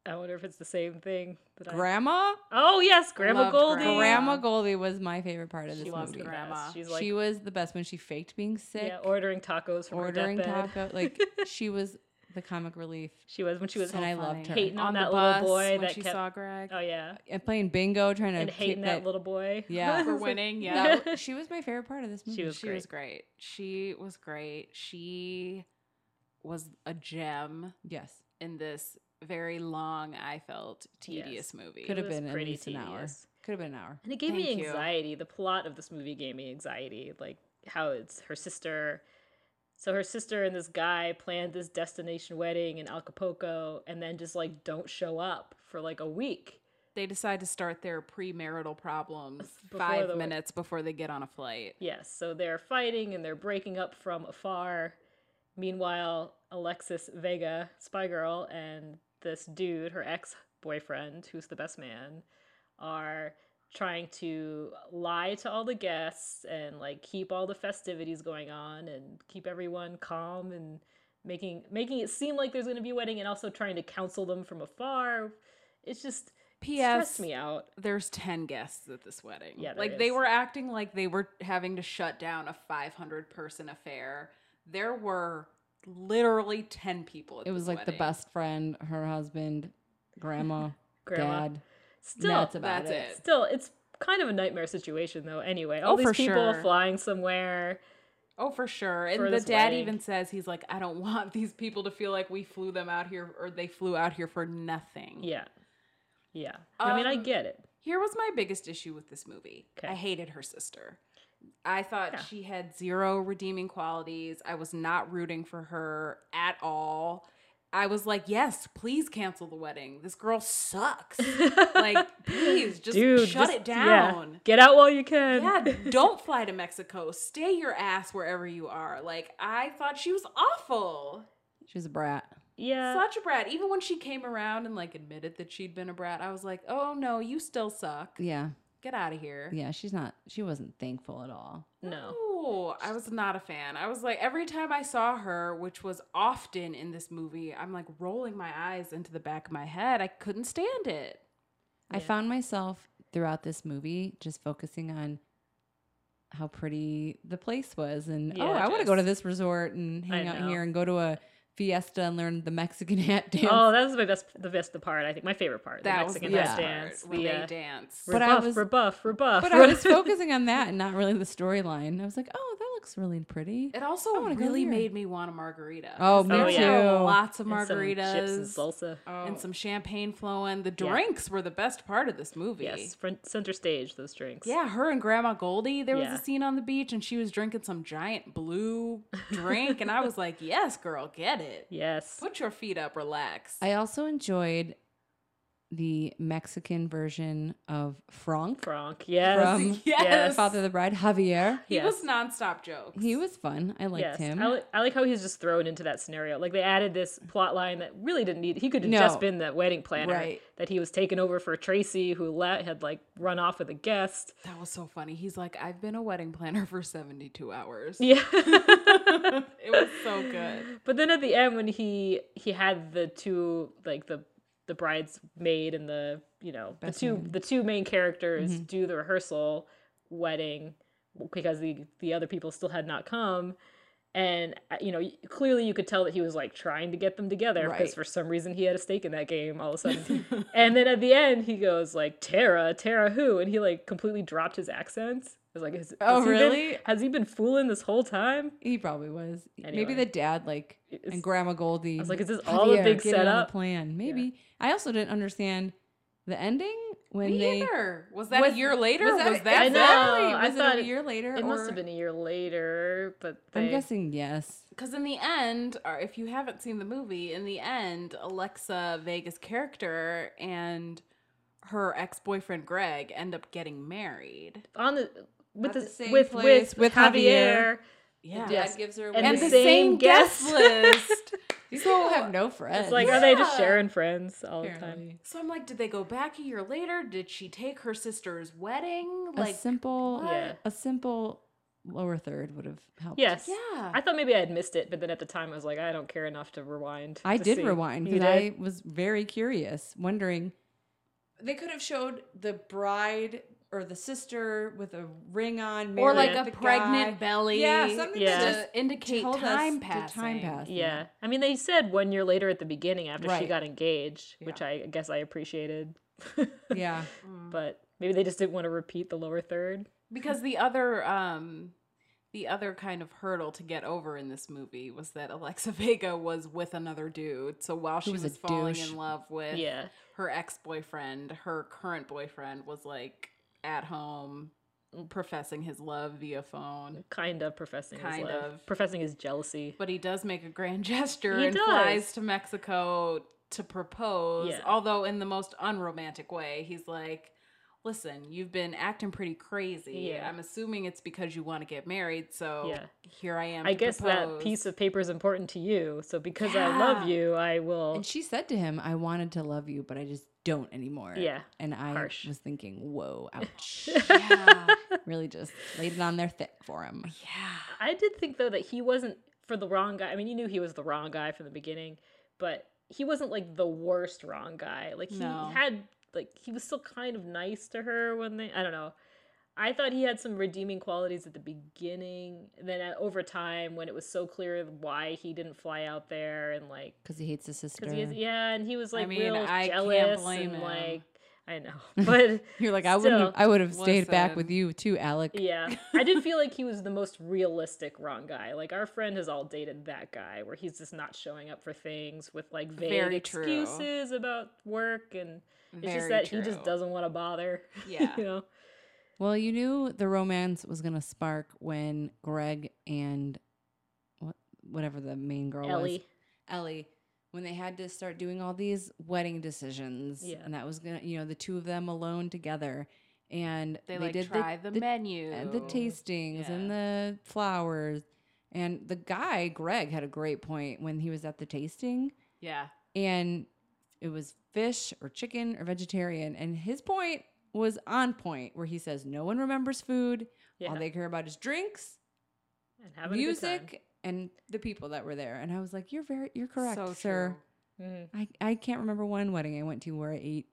B: I wonder if it's the same thing. That I-
C: Grandma?
B: oh yes, Grandma
A: Loved
B: Goldie.
A: Yeah.
C: Grandma Goldie was my favorite part of
A: She
C: this
A: loved
C: movie.
A: Grandma.
B: She's like
C: she was the best when she faked being sick,
B: yeah, ordering tacos from
C: ordering
B: her deathbed.
C: taco. Like she was the comic relief
B: *laughs* She was when she was
C: So And I loved her.
B: hating on
A: the
B: that little
A: bus
B: boy
A: when
B: that
A: she
B: kept-
A: saw Greg
B: Oh yeah,
C: and playing bingo, trying to
B: and hating
C: keep
B: that, little boy. *laughs*
C: Yeah.
A: for winning. Yeah,
C: That was- she was my favorite part of this movie.
B: she was
A: she
B: great.
A: was great. She was great. She was a gem
C: yes,
A: in this very long, I felt tedious movie.
C: Could
B: It
C: have
B: was
C: been at
B: pretty
C: least an hour.
B: tedious.
C: could have been an hour.
B: And it gave
A: Thank
B: me
A: you.
B: anxiety. The plot of this movie gave me anxiety. Like how it's her sister. So her sister and this guy planned this destination wedding in Acapulco, and then just like don't show up for like a week.
A: They decide to start their premarital problems
B: Before
A: five
B: the-
A: minutes before they get on a flight.
B: Yes, so they're fighting and they're breaking up from afar. Meanwhile, Alexis Vega, Spy Girl, and this dude, her ex boyfriend, who's the best man, are trying to lie to all the guests and like keep all the festivities going on and keep everyone calm and making making it seem like there's going to be a wedding and also trying to counsel them from afar. It's just stressed
A: P.S.
B: me out.
A: There's ten guests at this wedding.
B: Yeah, there
A: like they
B: is.
A: were acting like they were having to shut down a 500 person affair. There were literally ten people. At
C: It was
A: this
C: like the
A: wedding.
C: best friend, her husband, grandma,
B: *laughs* Grandma.
C: dad.
B: Still,
C: nuts about
A: that's
C: it.
A: it.
B: still it's kind of a nightmare situation though anyway all
A: Oh,
B: these
A: for
B: people
A: sure.
B: flying somewhere
A: Oh, for sure. And
B: for
A: the
B: this
A: dad
B: wedding.
A: even says he's like, I don't *laughs* want these people to feel like we flew them out here or they flew out here for nothing.
B: yeah yeah i mean i
A: Um,
B: get it
A: Here was my biggest issue with this movie.
B: 'Kay.
A: I hated her sister. I thought
B: Yeah.
A: she had zero redeeming qualities. I was not rooting for her at all. I was like, yes, please cancel the wedding. This girl
B: *laughs*
A: sucks. like, please just
B: dude
A: shut
B: just-
A: it
B: yeah,
A: down.
B: get out while you can *laughs*
A: Yeah, don't fly to Mexico. Stay your ass wherever you are. Like, I thought she was awful.
C: She was a brat.
B: yeah
A: Such a brat. Even when she came around and like admitted that she'd been a brat, I was like, oh no, you still suck.
C: Yeah,
A: Get out of here.
C: yeah. She's not. She wasn't thankful at all.
A: *laughs*
B: no
A: No, I was not a fan. I was like, every time I saw her, which was often in this movie, I'm like rolling my eyes into the back of my head. I couldn't stand it.
C: I
B: Yeah.
C: found myself throughout this movie just focusing on how pretty the place was, and
B: Yeah,
C: oh, I want to go to
B: just-
C: this resort and hang out
B: know.
C: here and go to a fiesta and learn the Mexican *laughs* hat dance.
B: oh that was my best the best part i think my favorite part
A: that
B: the mexican
A: was the
C: hat
A: best part,
B: best dance
A: when
B: the,
A: they
B: uh,
A: dance.
C: But I
B: rebuff,
C: was-
B: rebuff *laughs* rebuff
C: But I was focusing on that and not really the storyline. I was like, oh, that looks really pretty.
A: It also
C: I wanna go
A: really
C: here.
A: made me want a margarita.
C: Oh,
A: 'cause
C: me
A: there
B: too.
A: were Lots of
B: And some
A: margaritas
B: chips and salsa
A: and some champagne flowing. The
B: Yeah.
A: drinks were the best part of this movie.
B: yes front center stage those drinks
A: Yeah, her and Grandma Goldie. There
B: Yeah.
A: was a scene on the beach, and she was drinking some giant blue drink, and I was like, "Yes, girl, get it.
B: yes
A: Put your feet up, relax." *laughs*
C: I also enjoyed the Mexican version of Frank
B: frank yes
C: From-
B: yes
C: Father of the Bride, Javier.
A: he
B: yes.
A: was nonstop jokes.
C: He was fun. I liked
B: yes,
C: him.
B: I, li- I like how he's just thrown into that scenario. Like they added this plot line that really didn't need. He could have
C: No.
B: just been the wedding planner
C: Right.
B: that he was taking over for Tracy, who let, had like run off with a
C: *laughs*
B: guest. *laughs*
A: that was so funny. He's like, "I've been a wedding planner for seventy-two hours."
B: Yeah,
A: It was so good.
B: but then at the end when he he had the two like the the bride's maid and
C: Mm-hmm.
B: the you know the two the two main characters do the rehearsal wedding because the the other people still had not come and uh, you know y- clearly you could tell that he was like trying to get them together because
A: Right.
B: for some reason he had a stake in that game all of a sudden
C: *laughs*
B: and then at the end he goes like tara tara who and he like completely dropped his accents i was like is,
C: Oh,
B: has he been-
C: really?
B: has he been fooling this whole time
C: He probably was. Maybe
B: Anyway.
C: the dad, like,
B: It's-
C: and Grandma Goldie.
B: i was like is this all a
C: Javier,
B: big
C: get in on the
B: setup
C: plan. Maybe. I also didn't understand the ending when
A: Me
C: they.
A: either. Was that
C: Was-
A: a year later? Was that,
B: I know.
C: exactly?
B: I
C: Was
B: thought
C: it a
B: it-
C: year later?
B: it must have
C: or-
B: been a year later but
C: I'm
B: they-
C: guessing yes.
A: Because in the end, or if you haven't seen the movie, in the end, Alexa Vega's character and her ex boyfriend Greg end up getting married.
B: on the with
C: At the
B: this
C: same
B: with,
C: place
B: with with
C: with Javier.
B: Javier,
A: Yeah.
B: Yeah. Yes.
C: gives her
B: And
A: And
B: the
A: the
B: same
A: same guest
B: guest.
A: list.
C: These people have no friends.
B: It's like, are they just
A: Yeah.
B: sharing friends all
C: Apparently.
A: So I'm like, did they go back a year later? Did she take her sister's wedding?
C: a
A: Like,
C: simple,
B: the time? Yeah.
C: a simple lower third would have helped.
B: Yes.
A: yeah.
B: I thought maybe I'd missed it, but then at the time I was like, I don't care enough to rewind.
C: I
B: to
C: did
B: see.
C: rewind
B: You
C: because I
B: did?
C: was very curious, wondering. They could have showed the bride or the sister with a ring on,
A: or
C: married
A: like
C: with
A: a
C: the
A: pregnant
C: guy.
B: *laughs*
A: belly.
C: Yeah, something
B: Yeah.
A: to
C: that
A: just
C: just
A: indicate
C: told us
A: time
C: the time
A: passed.
C: passed.
B: Yeah. I mean, they said one year later at the beginning after she
C: Right.
B: got engaged,
C: Yeah.
B: which I guess I appreciated.
C: *laughs* yeah,
B: *laughs* But maybe they just didn't want to repeat the lower third.
A: because the other um the other kind of hurdle to get over in this movie was that Alexa *laughs* Vega was with another dude. So while she
C: was
A: was,
C: a
A: falling
C: douche.
A: in love with
B: Yeah.
A: her ex-boyfriend, her current boyfriend was like at home professing his love via phone.
B: Kind of professing
A: Kind
B: his love.
A: of.
B: Professing his jealousy.
A: But he does make a grand *laughs* gesture
B: He
A: and
B: does.
A: flies to Mexico to propose,
B: Yeah.
A: although in the most unromantic way. He's like, "Listen, you've been acting pretty crazy.
B: Yeah.
A: I'm assuming it's because you want to get married. So
B: Yeah.
A: here I am.
B: I
A: to
B: guess that
A: propose."
B: piece of paper is important to you. So because I love
A: Yeah.
B: you, I will.
C: and she said to him, "I wanted to love you, but I just don't anymore."
B: yeah.
C: and I
B: harsh.
C: was thinking, "Whoa,
B: *laughs*
C: ouch!"
A: yeah,
C: really, just laid it on their thick for him.
A: yeah,
B: I did think though that he wasn't for the wrong guy. I mean, you knew he was the wrong guy from the beginning, but he wasn't like the worst wrong guy. Like he
A: No.
B: had like he was still kind of nice to her when they I don't know. I thought he had some redeeming qualities at the beginning, and then uh, over time when it was so clear why he didn't fly out there and like
C: Because he
B: *laughs*
C: hates his sister.
B: cuz he is yeah, and he was
A: I
B: like
A: mean,
B: real
A: I can't
B: jealous
A: blame
B: and
A: him.
B: like I know. *laughs* But
C: You're like, I wouldn't. Have,
B: Still,
C: I would have stayed back
A: listen.
C: with you too, Alec.
B: Yeah. I did feel like he was the most realistic wrong guy. Like our friend has all dated that guy where he's just not showing up for things with like vague
A: Very true.
B: excuses about work and it's
A: Very
B: just that he
A: true.
B: just doesn't want to bother. *laughs*
A: Yeah.
B: you know.
C: Well, you knew the romance was gonna spark when Greg and what, whatever the main girl was,
B: Ellie.
C: Ellie, when they had to start doing all these wedding decisions,
B: Yeah.
C: and that was gonna, you know, the two of them alone together, and
A: They, like
C: did
A: try the,
C: the
A: menu
C: and the tastings and the flowers, and the guy Greg had a great point when he was at the tasting.
A: Yeah,
C: and it was fish or chicken or vegetarian. And his point was on point, where he says no one remembers food.
B: Yeah.
C: All they care about is drinks,
B: and having
C: music, and the people that were there. And I was like, "You're very, you're correct,
A: so
C: sir.
A: true.
B: A good time. Mhm.
C: I I can't remember one wedding I went to where I ate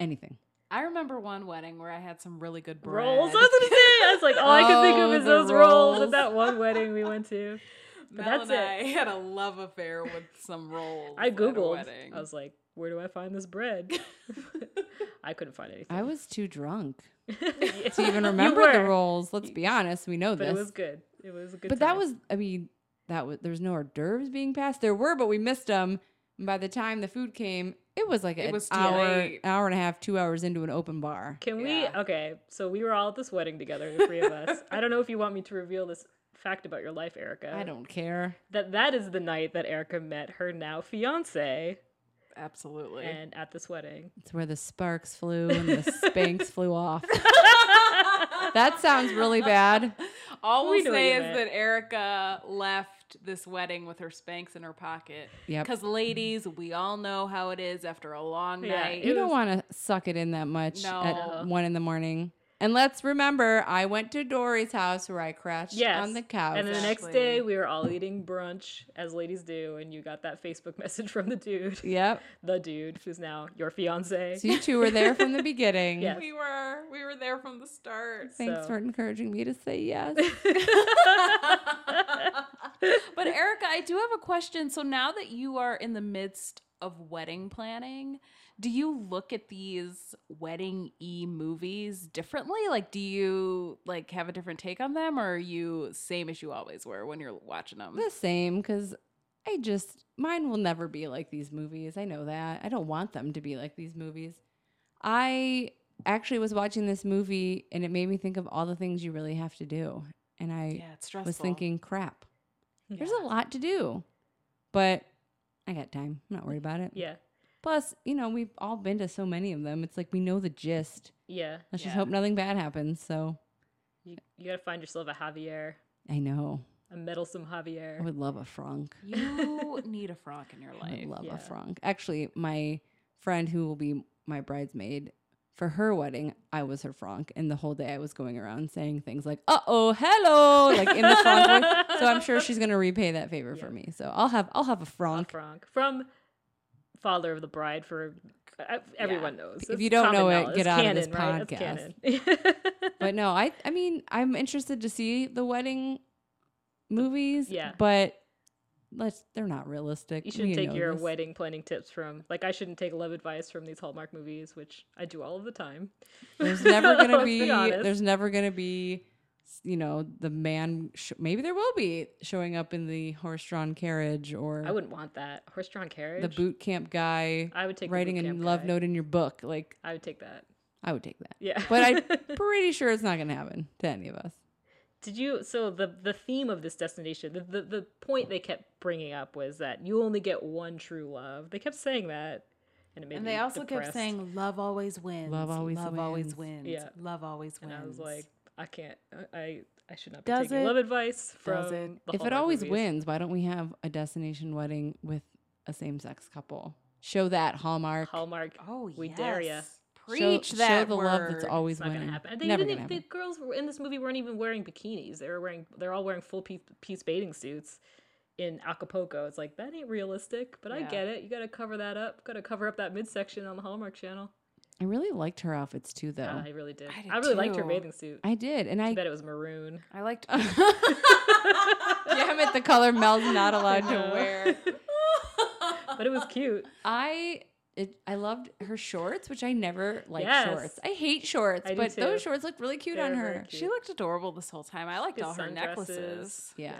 C: anything.
A: I remember one wedding where I had some really good bread.
B: Rolls. *laughs* I was gonna say. I was like, all I could think
C: Oh,
B: of is
C: the
B: those rolls.
C: rolls.
B: at that one wedding we
A: *laughs*
B: went to. But
A: Mel
B: that's
A: and
B: it.
A: I had a love affair with some rolls.
B: I
A: at a
B: googled.
A: wedding.
B: I was like, where do I find
A: *laughs*
B: this bread? *laughs* I couldn't find anything.
C: I was too drunk
B: *laughs* Yeah.
C: to
B: *laughs*
C: even
B: You
C: remember the
B: were,
C: rolls. Let's be honest, we know
B: But it
C: this.
B: was good. It was a good.
C: but that
B: time.
C: was i mean that was there was no hors d'oeuvres being passed there were but we missed them and by the time the food came it was like
A: It
C: an
A: was too
C: hour
A: late.
C: hour and a half two hours into an open bar
B: Can
A: Yeah.
B: we? Okay, so we were all at this wedding together, the three of us. I don't know if you want me to reveal this fact about your life, Erica.
C: i don't care
B: That that is the night that Erica met her now fiance,
A: absolutely.
B: and at this wedding.
C: it's where the sparks flew
B: *laughs*
C: and the spanks flew off that sounds really bad
A: All
B: We
A: we'll
B: know what
A: say
B: you
A: is
B: meant.
A: that Erica left this wedding with her Spanx in her pocket.
C: yep
A: Because, ladies, we all know how it is after a long
B: Yeah,
A: night.
B: it
C: you don't
B: was-
C: want to suck it in that much
A: No.
C: at one in the morning And let's remember, I went to Dory's house where I crashed
B: Yes.
C: on the couch.
B: And then the next
A: Exactly.
B: day, we were all eating brunch, as ladies do, and you got that Facebook *laughs* message from the dude,
C: yep.
B: the dude who's now your fiance.
C: *laughs* So you two were there from the beginning.
B: Yes.
A: We were we were there from the *laughs*
B: *laughs*
A: start.
C: Thanks
B: So-
C: for encouraging me to say yes.
A: but Erica, I do have a question. So now that you are in the midst of wedding planning, do you look at these wedding e movies differently? Like, do you like have a different take on them, or are you same as you always were when you're watching them?
C: the same because I just mine will never be like these movies. I know that. I don't want them to be like these movies. I actually was watching this movie and it made me think of all the things you really have to do. And I
A: Yeah, it's stressful.
C: was thinking, crap, there's
B: Yeah.
C: a lot to do. But I got time. I'm not worried about it.
B: *laughs* Yeah.
C: Plus, you know, we've all been to so many of them. It's like we know the gist.
B: Yeah.
C: Let's just
A: Yeah.
C: hope nothing bad happens. So
B: You, you got to find yourself a Javier,
C: I know.
B: a meddlesome
C: I
B: Javier.
C: would love a frunk.
A: you *laughs* need a frog in your
C: I
A: life.
C: love
B: yeah.
C: a frunk. Actually, my friend who will be my bridesmaid for her wedding, I was her frunk, and the whole day I was going around saying things like "uh oh, hello," like in the frunk. voice. so
B: *laughs*
C: I'm sure she's gonna repay that favor
B: Yeah.
C: for me. So I'll have I'll have a
B: A
C: frunk.
B: Franck from Father of the Bride for uh, everyone knows.
C: If
B: It's
C: you don't
B: common
C: know it,
B: knowledge.
C: get
B: It's
C: out of
B: canon,
C: this
B: Right? It's canon. *laughs*
C: But no, I I mean I'm interested to see the wedding movies.
B: Yeah.
C: but let's they're not realistic.
B: you should
C: We
B: not take
C: know
B: your
C: this.
B: wedding planning tips from like I shouldn't take love advice from these Hallmark movies, which I do all of the time.
C: There's never
B: *laughs* Let's
C: gonna
B: be
C: be.
B: honest.
C: there's never gonna be. You know, the man. Sh- maybe there will be showing up in the horse-drawn carriage or
B: I wouldn't want that horse-drawn carriage.
C: the boot camp guy
B: I would take the
C: writing
B: boot
C: a
B: camp
C: love
B: guy.
C: note in your book. Like,
B: I would take that.
C: I would take that.
B: Yeah,
C: But
B: *laughs*
C: I'm pretty sure it's not gonna happen to any of us.
B: Did you so the the theme of this destination, the, the the point they kept bringing up was that you only get one true love. They kept saying that, and it made
A: And
B: me
A: they also
B: depressed.
A: kept saying, "Love always wins.
C: Love always
A: Love always wins.
B: Yeah.
A: Love always
B: and
A: wins."
B: I was like, I can't, I- I I should not be
A: Does
B: taking
A: it?
B: love advice from
A: Does it?
B: the
C: If it
B: Hallmark
C: always
B: movies.
C: wins, why don't we have a destination wedding with a same-sex couple? Show that Hallmark.
B: Hallmark.
A: "Oh,
B: we dare ya.
A: yes.
C: show,
A: Preach
C: show
A: that
C: the
A: word.
C: love that's always
B: It's not
C: winning.
B: gonna happen. And they
C: Never
B: didn't.
C: gonna
B: the
C: happen.
B: girls were in this movie weren't even wearing bikinis. They were wearing. They're all wearing full piece, piece bathing suits in Acapulco. It's like that ain't realistic. But I
A: Yeah.
B: get it. You got to cover that up. Got to cover up that midsection on the Hallmark Channel.
C: I really liked her outfits too, though.
B: Yeah, I really did.
A: I
B: I,
A: did
B: really liked her
A: too.
B: bathing suit. I
C: I did, and I
B: bet it
A: *laughs*
B: was maroon. *laughs*
A: I liked.
C: Damn it, the color Mel's
B: *laughs*
C: not allowed to
B: No.
C: wear.
B: Uh-huh. *laughs* But it was cute.
C: I it, I loved her shorts, which I never liked
B: Yes.
C: shorts. I hate shorts,
B: I do
C: but those
B: too.
C: shorts looked really cute
B: They
C: on
B: were very
C: her.
B: cute.
A: She looked adorable this whole time. I liked
B: His
A: all her
B: sundresses.
A: necklaces.
C: Yeah.
B: Yeah.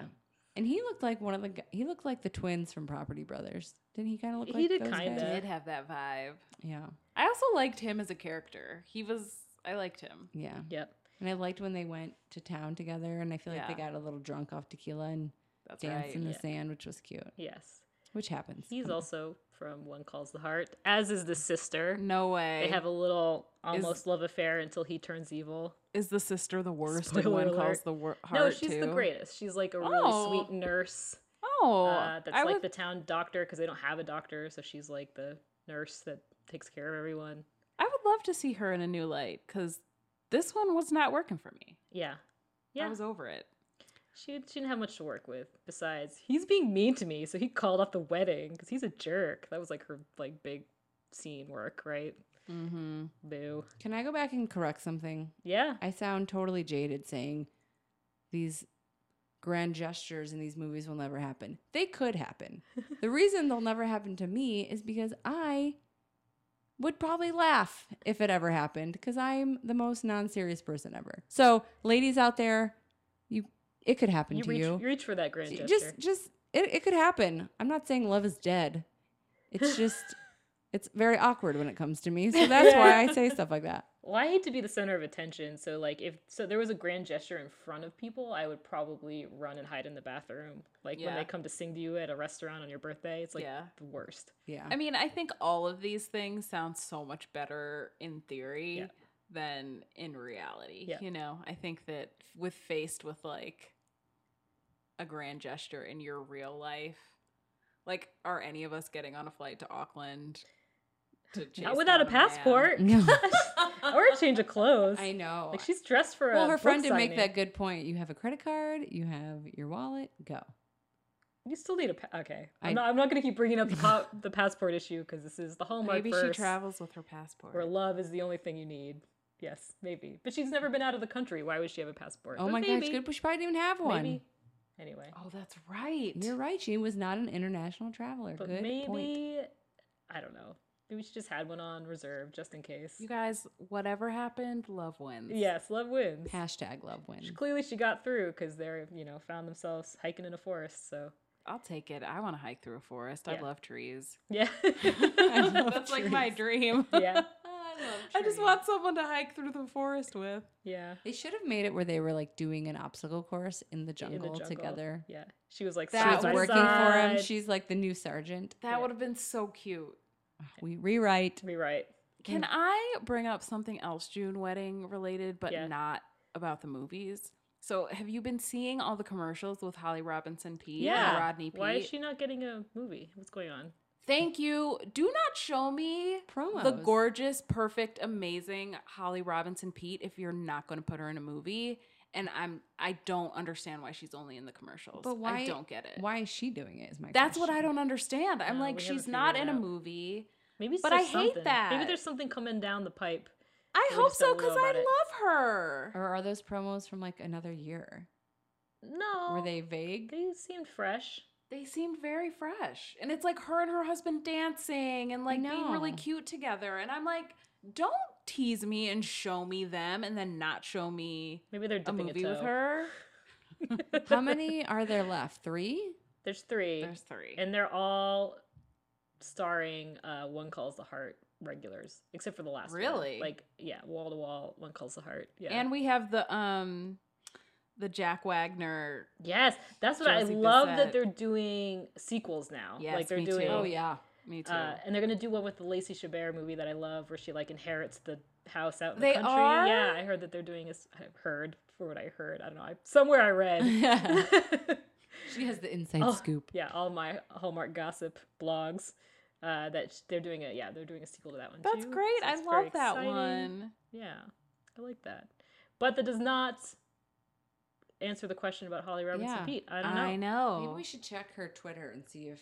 C: And he looked like one of the gu- he looked like the twins from Property Brothers. Didn't he kind of look
B: He
C: like
B: did
C: those
B: kinda.
C: guys?
B: Yeah.
A: Did have that vibe.
C: Yeah.
A: I also liked him as a character. He was. I liked him.
C: Yeah.
B: Yep.
C: And I liked when they went to town together and I feel like they
A: Yeah.
C: got a little drunk off tequila and
A: That's
C: danced
A: right.
C: in the
B: Yeah.
C: sand, which was cute.
B: Yes.
C: Which happens.
B: He's also from One Calls the Heart, as is the sister.
A: No way.
B: They have a little almost love affair until he turns evil.
A: Is the sister the worst? and
B: Spoiler
A: one
B: alert.
A: calls the wor- heart
B: No, she's the
A: too?
B: greatest. She's like a really
A: Oh.
B: sweet nurse
A: Oh,
B: uh, that's
A: I
B: like
A: would-
B: the town doctor because they don't have a doctor, so she's like the nurse that takes care of everyone.
A: I would love to see her in a new light because this one was not working for me.
B: Yeah, yeah.
A: I was over it.
B: She, she didn't have much to work with. Besides, he's being mean to me, so he called off the wedding because he's a jerk. That was like her like big scene work, right?
A: Mm-hmm.
B: Boo.
C: Can I go back and correct something?
B: Yeah.
C: I sound totally jaded saying these grand gestures in these movies will never happen. They
B: *laughs*
C: could happen. the reason they'll never happen to me is because I would probably laugh if it ever happened because I'm the most non-serious person ever. So, ladies out there, you it could happen
B: You
C: to
B: reach,
C: you.
B: reach for that grand
C: J-
B: gesture.
C: Just just it, it could happen. I'm not saying love is dead.
B: *laughs*
C: It's just it's very awkward when it comes to me. So that's why I say stuff like that.
B: Well, I hate to be the center of attention, so like if so there was a grand gesture in front of people, I would probably run and hide in the bathroom. Like when
A: Yeah.
B: they come to sing to you at a restaurant on your birthday, it's like
A: Yeah.
B: the worst.
C: Yeah.
A: I mean, I think all of these things sound so much better in theory
B: Yeah.
A: than in reality.
B: Yeah.
A: You know, I think that with faced with like a grand gesture in your real life, like, are any of us getting on a flight to Auckland to chase
B: Not without a
A: down man?
B: passport.
C: No. *laughs*
B: *laughs* or a change of clothes.
C: I know.
B: Like she's dressed for
C: well,
B: a
C: her friend
B: book
C: did make
B: signing.
C: that good point. You have a credit card, you have your wallet, go.
B: You still need a pa- okay. I'm
C: I-
B: not. I'm not going to keep bringing up the,
C: *laughs*
B: po- the passport issue because this is the hallmark.
A: Maybe she
B: verse
A: travels with her passport.
B: Where love is the only thing you need. Yes, maybe. But she's never been out of the country. Why would she have a passport?
C: Oh
B: But
C: my
B: maybe,
C: gosh, good. She probably didn't even have one.
B: Maybe. Anyway,
A: oh, that's right.
C: You're right. She was not an international traveler.
B: but
C: good
B: maybe
C: point.
B: I don't know. Maybe she just had one on reserve just in case.
A: You guys, whatever happened, love wins.
B: yes, love wins.
C: Hashtag love win.
B: She- Clearly, she got through because they're you know found themselves hiking in a forest. So
A: I'll take it. I want to hike through a forest. I
B: Yeah.
A: love
B: *laughs*
A: trees.
C: *laughs*
B: yeah,
A: *laughs*
B: *laughs*
C: love
A: That's like my
C: trees.
A: dream.
C: *laughs*
B: yeah,
A: *laughs* I just want someone to hike through the forest with.
B: yeah.
C: They should have made it where they were like doing an obstacle course in the
B: In
C: jungle, together.
B: Yeah, she was like
A: That
C: she
B: side
C: was
B: by
A: was
C: working for him.
B: side.
C: She's like the new sergeant. Ah,
A: That
B: Yeah.
A: would have been so cute.
C: We rewrite.
B: rewrite.
A: Can I bring up something else June wedding related, but
B: Yeah.
A: not about the movies? So, have you been seeing all the commercials with Holly Robinson Pete
B: Yeah.
A: and Rodney Pete?
B: Why is she not getting a movie? What's going on?
A: Thank you. Do not show me
C: Promos.
A: the gorgeous, perfect, amazing Holly Robinson Pete if you're not going to put her in a movie. And I'm I don't understand why she's only in the commercials.
C: But why-
A: I don't get it.
C: Why is she doing it? Is my
A: That's what I
C: question.
A: don't understand. I'm
B: No,
A: like,
B: we haven't
A: she's not
B: figured
A: in
B: it
A: a
B: out.
A: maybe.
B: Maybe
A: But
B: there's
A: I hate
B: something. Maybe
A: that.
B: there's something coming down the pipe.
A: I
B: We
A: hope
B: just
A: so
B: don't
A: because
B: know
A: I
B: about it.
A: love her.
C: Or are those promos from like another year?
B: No,
C: Were they vague?
B: They seemed fresh.
A: They seemed very fresh. And it's like her and her husband dancing and like being really
C: know.
A: cute together. And I'm like, don't tease me and show me them and then not show me
B: Maybe they're
A: a
B: dipping
A: movie with
B: toe.
A: her.
B: *laughs*
C: How many are there left? Three?
B: There's three,
A: There's three.
B: and they're all starring. Uh, one calls the heart regulars, except for the last. one.
A: Really?
B: Like yeah, wall to wall. One calls the heart. Yeah.
A: And we have the um the Jack Wagner.
B: yes, that's what
A: Josie
B: I love
A: Bissett.
B: that they're doing sequels now.
A: Yes,
B: like they're
A: me too.
B: doing.
A: Oh,
C: yeah.
A: Me too.
B: Uh, and they're gonna do one with the Lacey Chabert movie that I love, where she like inherits the house out in
A: They
B: the country.
A: are?
B: Yeah, I heard that they're doing this. I've heard for what I heard. I don't know. I, somewhere
A: *laughs*
B: I read.
C: she has the inside
B: Oh,
C: scoop.
B: *laughs* yeah, all my Hallmark gossip blogs. Uh, that sh- they're doing a yeah, they're doing a sequel to that one.
A: That's
B: too,
A: great.
B: so
A: I
B: it's very
A: love that
B: exciting.
A: one.
B: Yeah, I like that. But that does not answer the question about Holly Robinson
C: Yeah,
B: Pete. I don't know.
C: Maybe we should check her Twitter and see if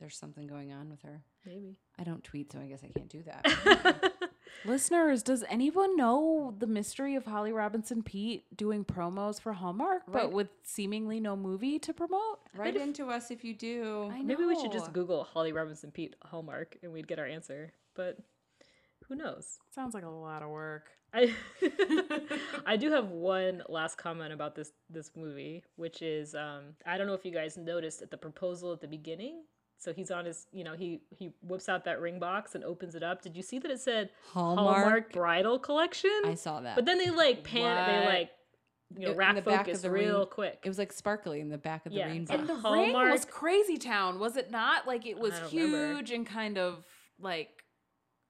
C: there's something going on with her.
B: Maybe.
C: I don't tweet, so I guess I can't do that.
B: *laughs*
A: *laughs* Listeners, does anyone know the mystery of Holly Robinson Pete doing promos for Hallmark,
C: Right.
A: but with seemingly no movie to promote?
C: Write into us if you do.
A: I know.
B: Maybe we should just Google Holly Robinson Pete Hallmark and we'd get our answer. But who knows?
A: Sounds like a lot of work.
B: I *laughs* I do have one last comment about this this movie, which is um, I don't know if you guys noticed at the proposal at the beginning. So he's on his, you know, he he whips out that ring box and opens it up. Did you see that it said Hallmark, Bridal Collection?
C: I saw that.
B: but then they like pan, they
A: What?
B: like you know,
C: In the
B: rack
C: back of
B: focus
C: the
B: real
C: ring-
B: quick.
C: it was like sparkly in the back of the
B: Yeah.
C: rain
B: And
C: box. *laughs*
A: And the ring was
B: Hallmark-
A: Crazy Town, was it not? Like it was
B: I don't
A: huge
B: remember.
A: and kind of like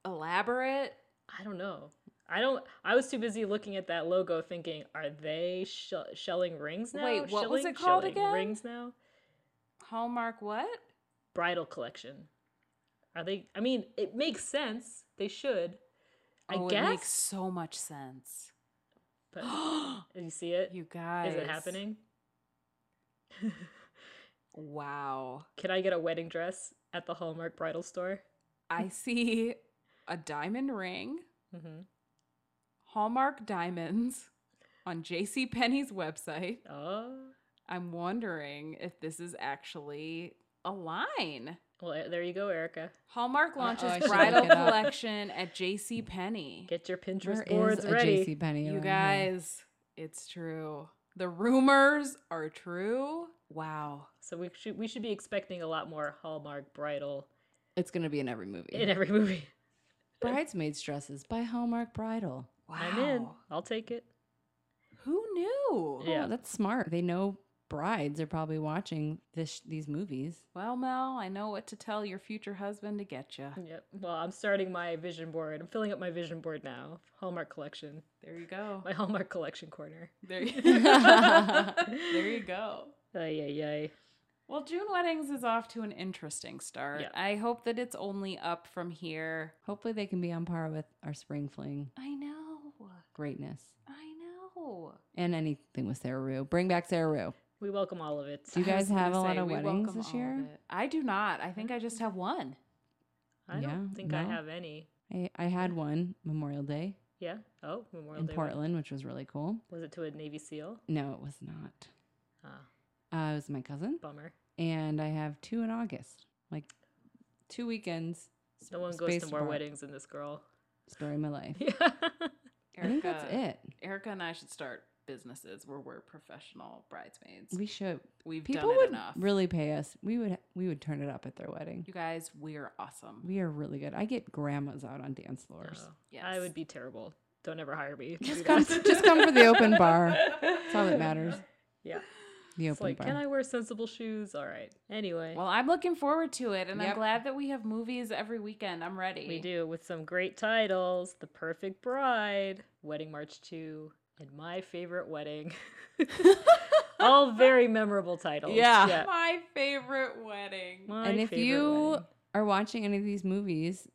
A: elaborate.
B: I don't know. I don't. I was too busy looking at that logo, thinking, "Are they sh- shelling rings now?
A: Wait, what was
B: Shilling-
A: it called
B: shelling
A: again?
B: Rings now?
A: Hallmark what?
B: Bridal collection? Are they? I mean, it makes sense. They should. I
A: oh,
B: guess.
A: it makes so much
B: *gasps*
A: sense. *gasps*
B: but Did you see it? Is
A: you guys.
B: it happening?
A: Wow.
B: Can I get a wedding dress at the Hallmark bridal store?
A: I see a diamond ring,
B: hmm
A: Hallmark diamonds on JCPenney's website.
B: Oh,
A: I'm wondering if this is actually a line.
B: well, eh, there you go, Erica.
A: Hallmark
C: Uh-oh, I
A: launches
C: should look
A: bridal
C: it up.
A: collection at JCPenney.
B: Get your
C: Where
B: Pinterest
C: is
B: boards
C: a
B: ready.
C: JC Benny?
A: You guys, it's true. The rumors are true. Wow.
B: So we should we should be expecting a lot more Hallmark bridal
C: It's gonna be in every movie.
B: in every movie.
C: Bridesmaids dresses by Hallmark Bridal.
A: Wow.
B: I'm in. I'll take it.
A: Who knew?
B: Yeah.
C: Oh, that's smart. They know brides are probably watching this these movies.
A: Well, Mel, I know what to tell your future husband to get you.
B: Yep. Well, I'm starting my vision board. I'm filling up my vision board now. Hallmark collection.
A: There you go.
B: My
A: *laughs*
B: Hallmark collection corner.
A: There you, there you go.
B: Ay, ay, ay.
A: Well, June Weddings is off to an interesting start.
B: Yeah.
A: I hope that it's only up from here.
C: Hopefully, they can be on par with our spring fling
A: I know.
C: greatness
A: I know.
C: and anything with Sarah Rue. Bring back Sarah Rue.
B: We welcome all of it.
C: Do you
A: I
C: guys
A: was gonna
C: have a lot
A: say,
C: of
A: we
C: weddings
A: welcome
C: this
A: all of
C: year?
A: it. I do not. I think I just have one.
B: I don't
C: Yeah,
B: think I
C: no.
B: have any.
C: I, I had one Memorial Day
B: Yeah. Oh, Memorial
C: in
B: Day. wedding.
C: Portland, which was really cool.
B: Was it to a Navy SEAL?
C: No, it was not.
B: Ah,
C: Uh, it was my cousin,
B: bummer.
C: and I have two in August, like two weekends.
B: No one goes to
C: spaced
B: more
C: apart.
B: weddings than this girl.
C: Story of my life.
B: *laughs* Yeah.
C: I think that's it.
A: Erica and I should start businesses where we're professional bridesmaids.
C: We should.
A: We, have
C: People
A: done it
C: would
A: enough.
C: really pay us. We would. We would turn it up at their wedding.
A: you guys, we're awesome.
C: We are really good. I get grandmas out on dance floors.
B: Oh, I would be terrible. Don't ever hire me. to do
C: Just come,
B: that.
C: just come for the open bar. That's
B: *laughs*
C: all that matters.
B: Yeah.
C: The
B: It's
C: open
B: like,
C: bar.
B: can I wear sensible shoes? All right. Anyway,
A: Well, I'm looking forward to it, and I'm
C: Yep.
A: glad that we have movies every weekend. I'm ready.
B: we do with some great titles The Perfect Bride, Wedding March 2, and My Favorite Wedding. *laughs* All very memorable titles.
C: Yeah.
A: My favorite wedding.
B: My
C: And if
B: favorite
C: you-
B: wedding.
C: Are watching any of these movies?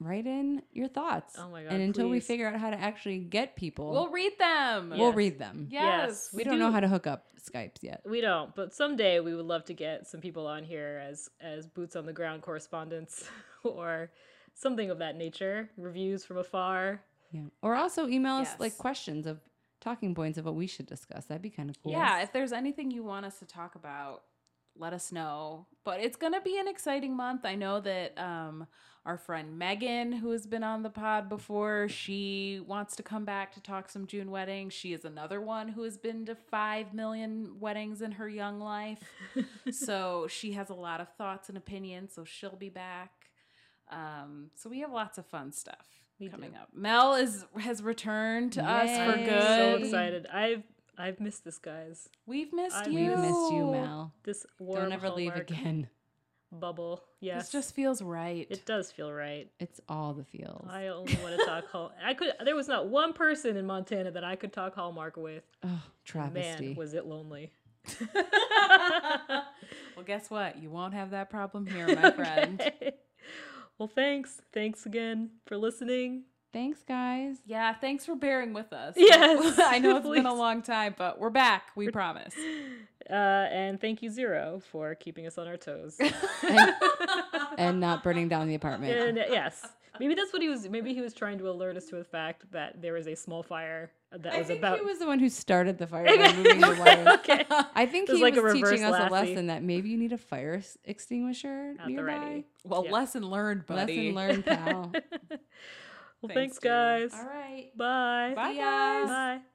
C: Write in your thoughts.
B: Oh my God,
C: And until we
B: please.
C: figure out how to actually get people,
A: We'll read them.
C: we'll
B: Yes.
C: read them.
A: Yes.
B: Yes.
C: We,
B: We
C: don't know
B: do.
C: how to hook up Skypes yet.
B: We don't, but someday we would love to get some people on here as as boots on the ground correspondents *laughs* or something of that nature. Reviews from afar.
C: Yeah. Or also email us like
A: Yes.
C: questions of talking points of what we should discuss. That'd be kind of cool.
A: Yeah, if there's anything you want us to talk about, let us know. But it's going to be an exciting month. I know that um, our friend Megan, who has been on the pod before, she wants to come back to talk some June weddings. She is another one who has been to 5 million weddings in her young life.
B: *laughs*
A: so she has a lot of thoughts and opinions, so she'll be back. Um, so we have lots of fun stuff
B: We
A: coming
B: do.
A: up. Mel is has returned to us for
C: Yay.
B: So
A: good.
B: excited. I've I've missed this guys.
A: We've missed
B: I-
A: you.
C: We've missed you, Mel.
B: This warm
C: Don't ever leave
B: Hallmark
C: again.
B: bubble. Yes.
A: This just feels right.
B: it does feel right.
C: It's all the feels.
B: I only want to
C: *laughs*
B: talk Hall. I could. There was not one person in Montana that I could talk Hallmark with.
C: oh, travesty.
B: Man, was it
C: *laughs*
B: lonely.
A: well, guess what? You won't have that
B: *laughs*
A: problem here, my friend.
B: Okay. Well, thanks. Thanks again for listening.
C: Thanks,
B: *laughs*
C: guys.
A: Yeah, thanks for bearing with us.
B: Yes,
A: *laughs* I know it's been a
B: please.
A: long time, but we're back. We
B: *laughs*
A: promise.
B: Uh, and thank you, Zero, for keeping us on our
C: *laughs*
B: toes.
C: And, and not burning down the apartment.
B: and uh, yes, maybe that's what he was. Maybe he was trying to alert us to the fact that there was a small fire that
C: *laughs* I
B: was
C: think
B: about.
C: he was the one who started the fire by moving the wire.
B: *laughs*
C: *laughs*
B: okay.
C: I
B: *laughs*
C: think
B: It was
C: he
B: like a
C: was teaching
B: reverse
C: us a
B: Lassie.
C: lesson that maybe you need a fire ex- extinguisher
B: At the
C: nearby.
B: ready.
A: Well,
B: Yeah.
A: lesson learned, buddy.
C: Lesson
A: *laughs*
C: learned, pal.
B: *laughs* well, thanks,
A: dude.
B: guys.
C: right.
B: Bye.
A: Bye,
C: See ya.
A: guys.
B: Bye.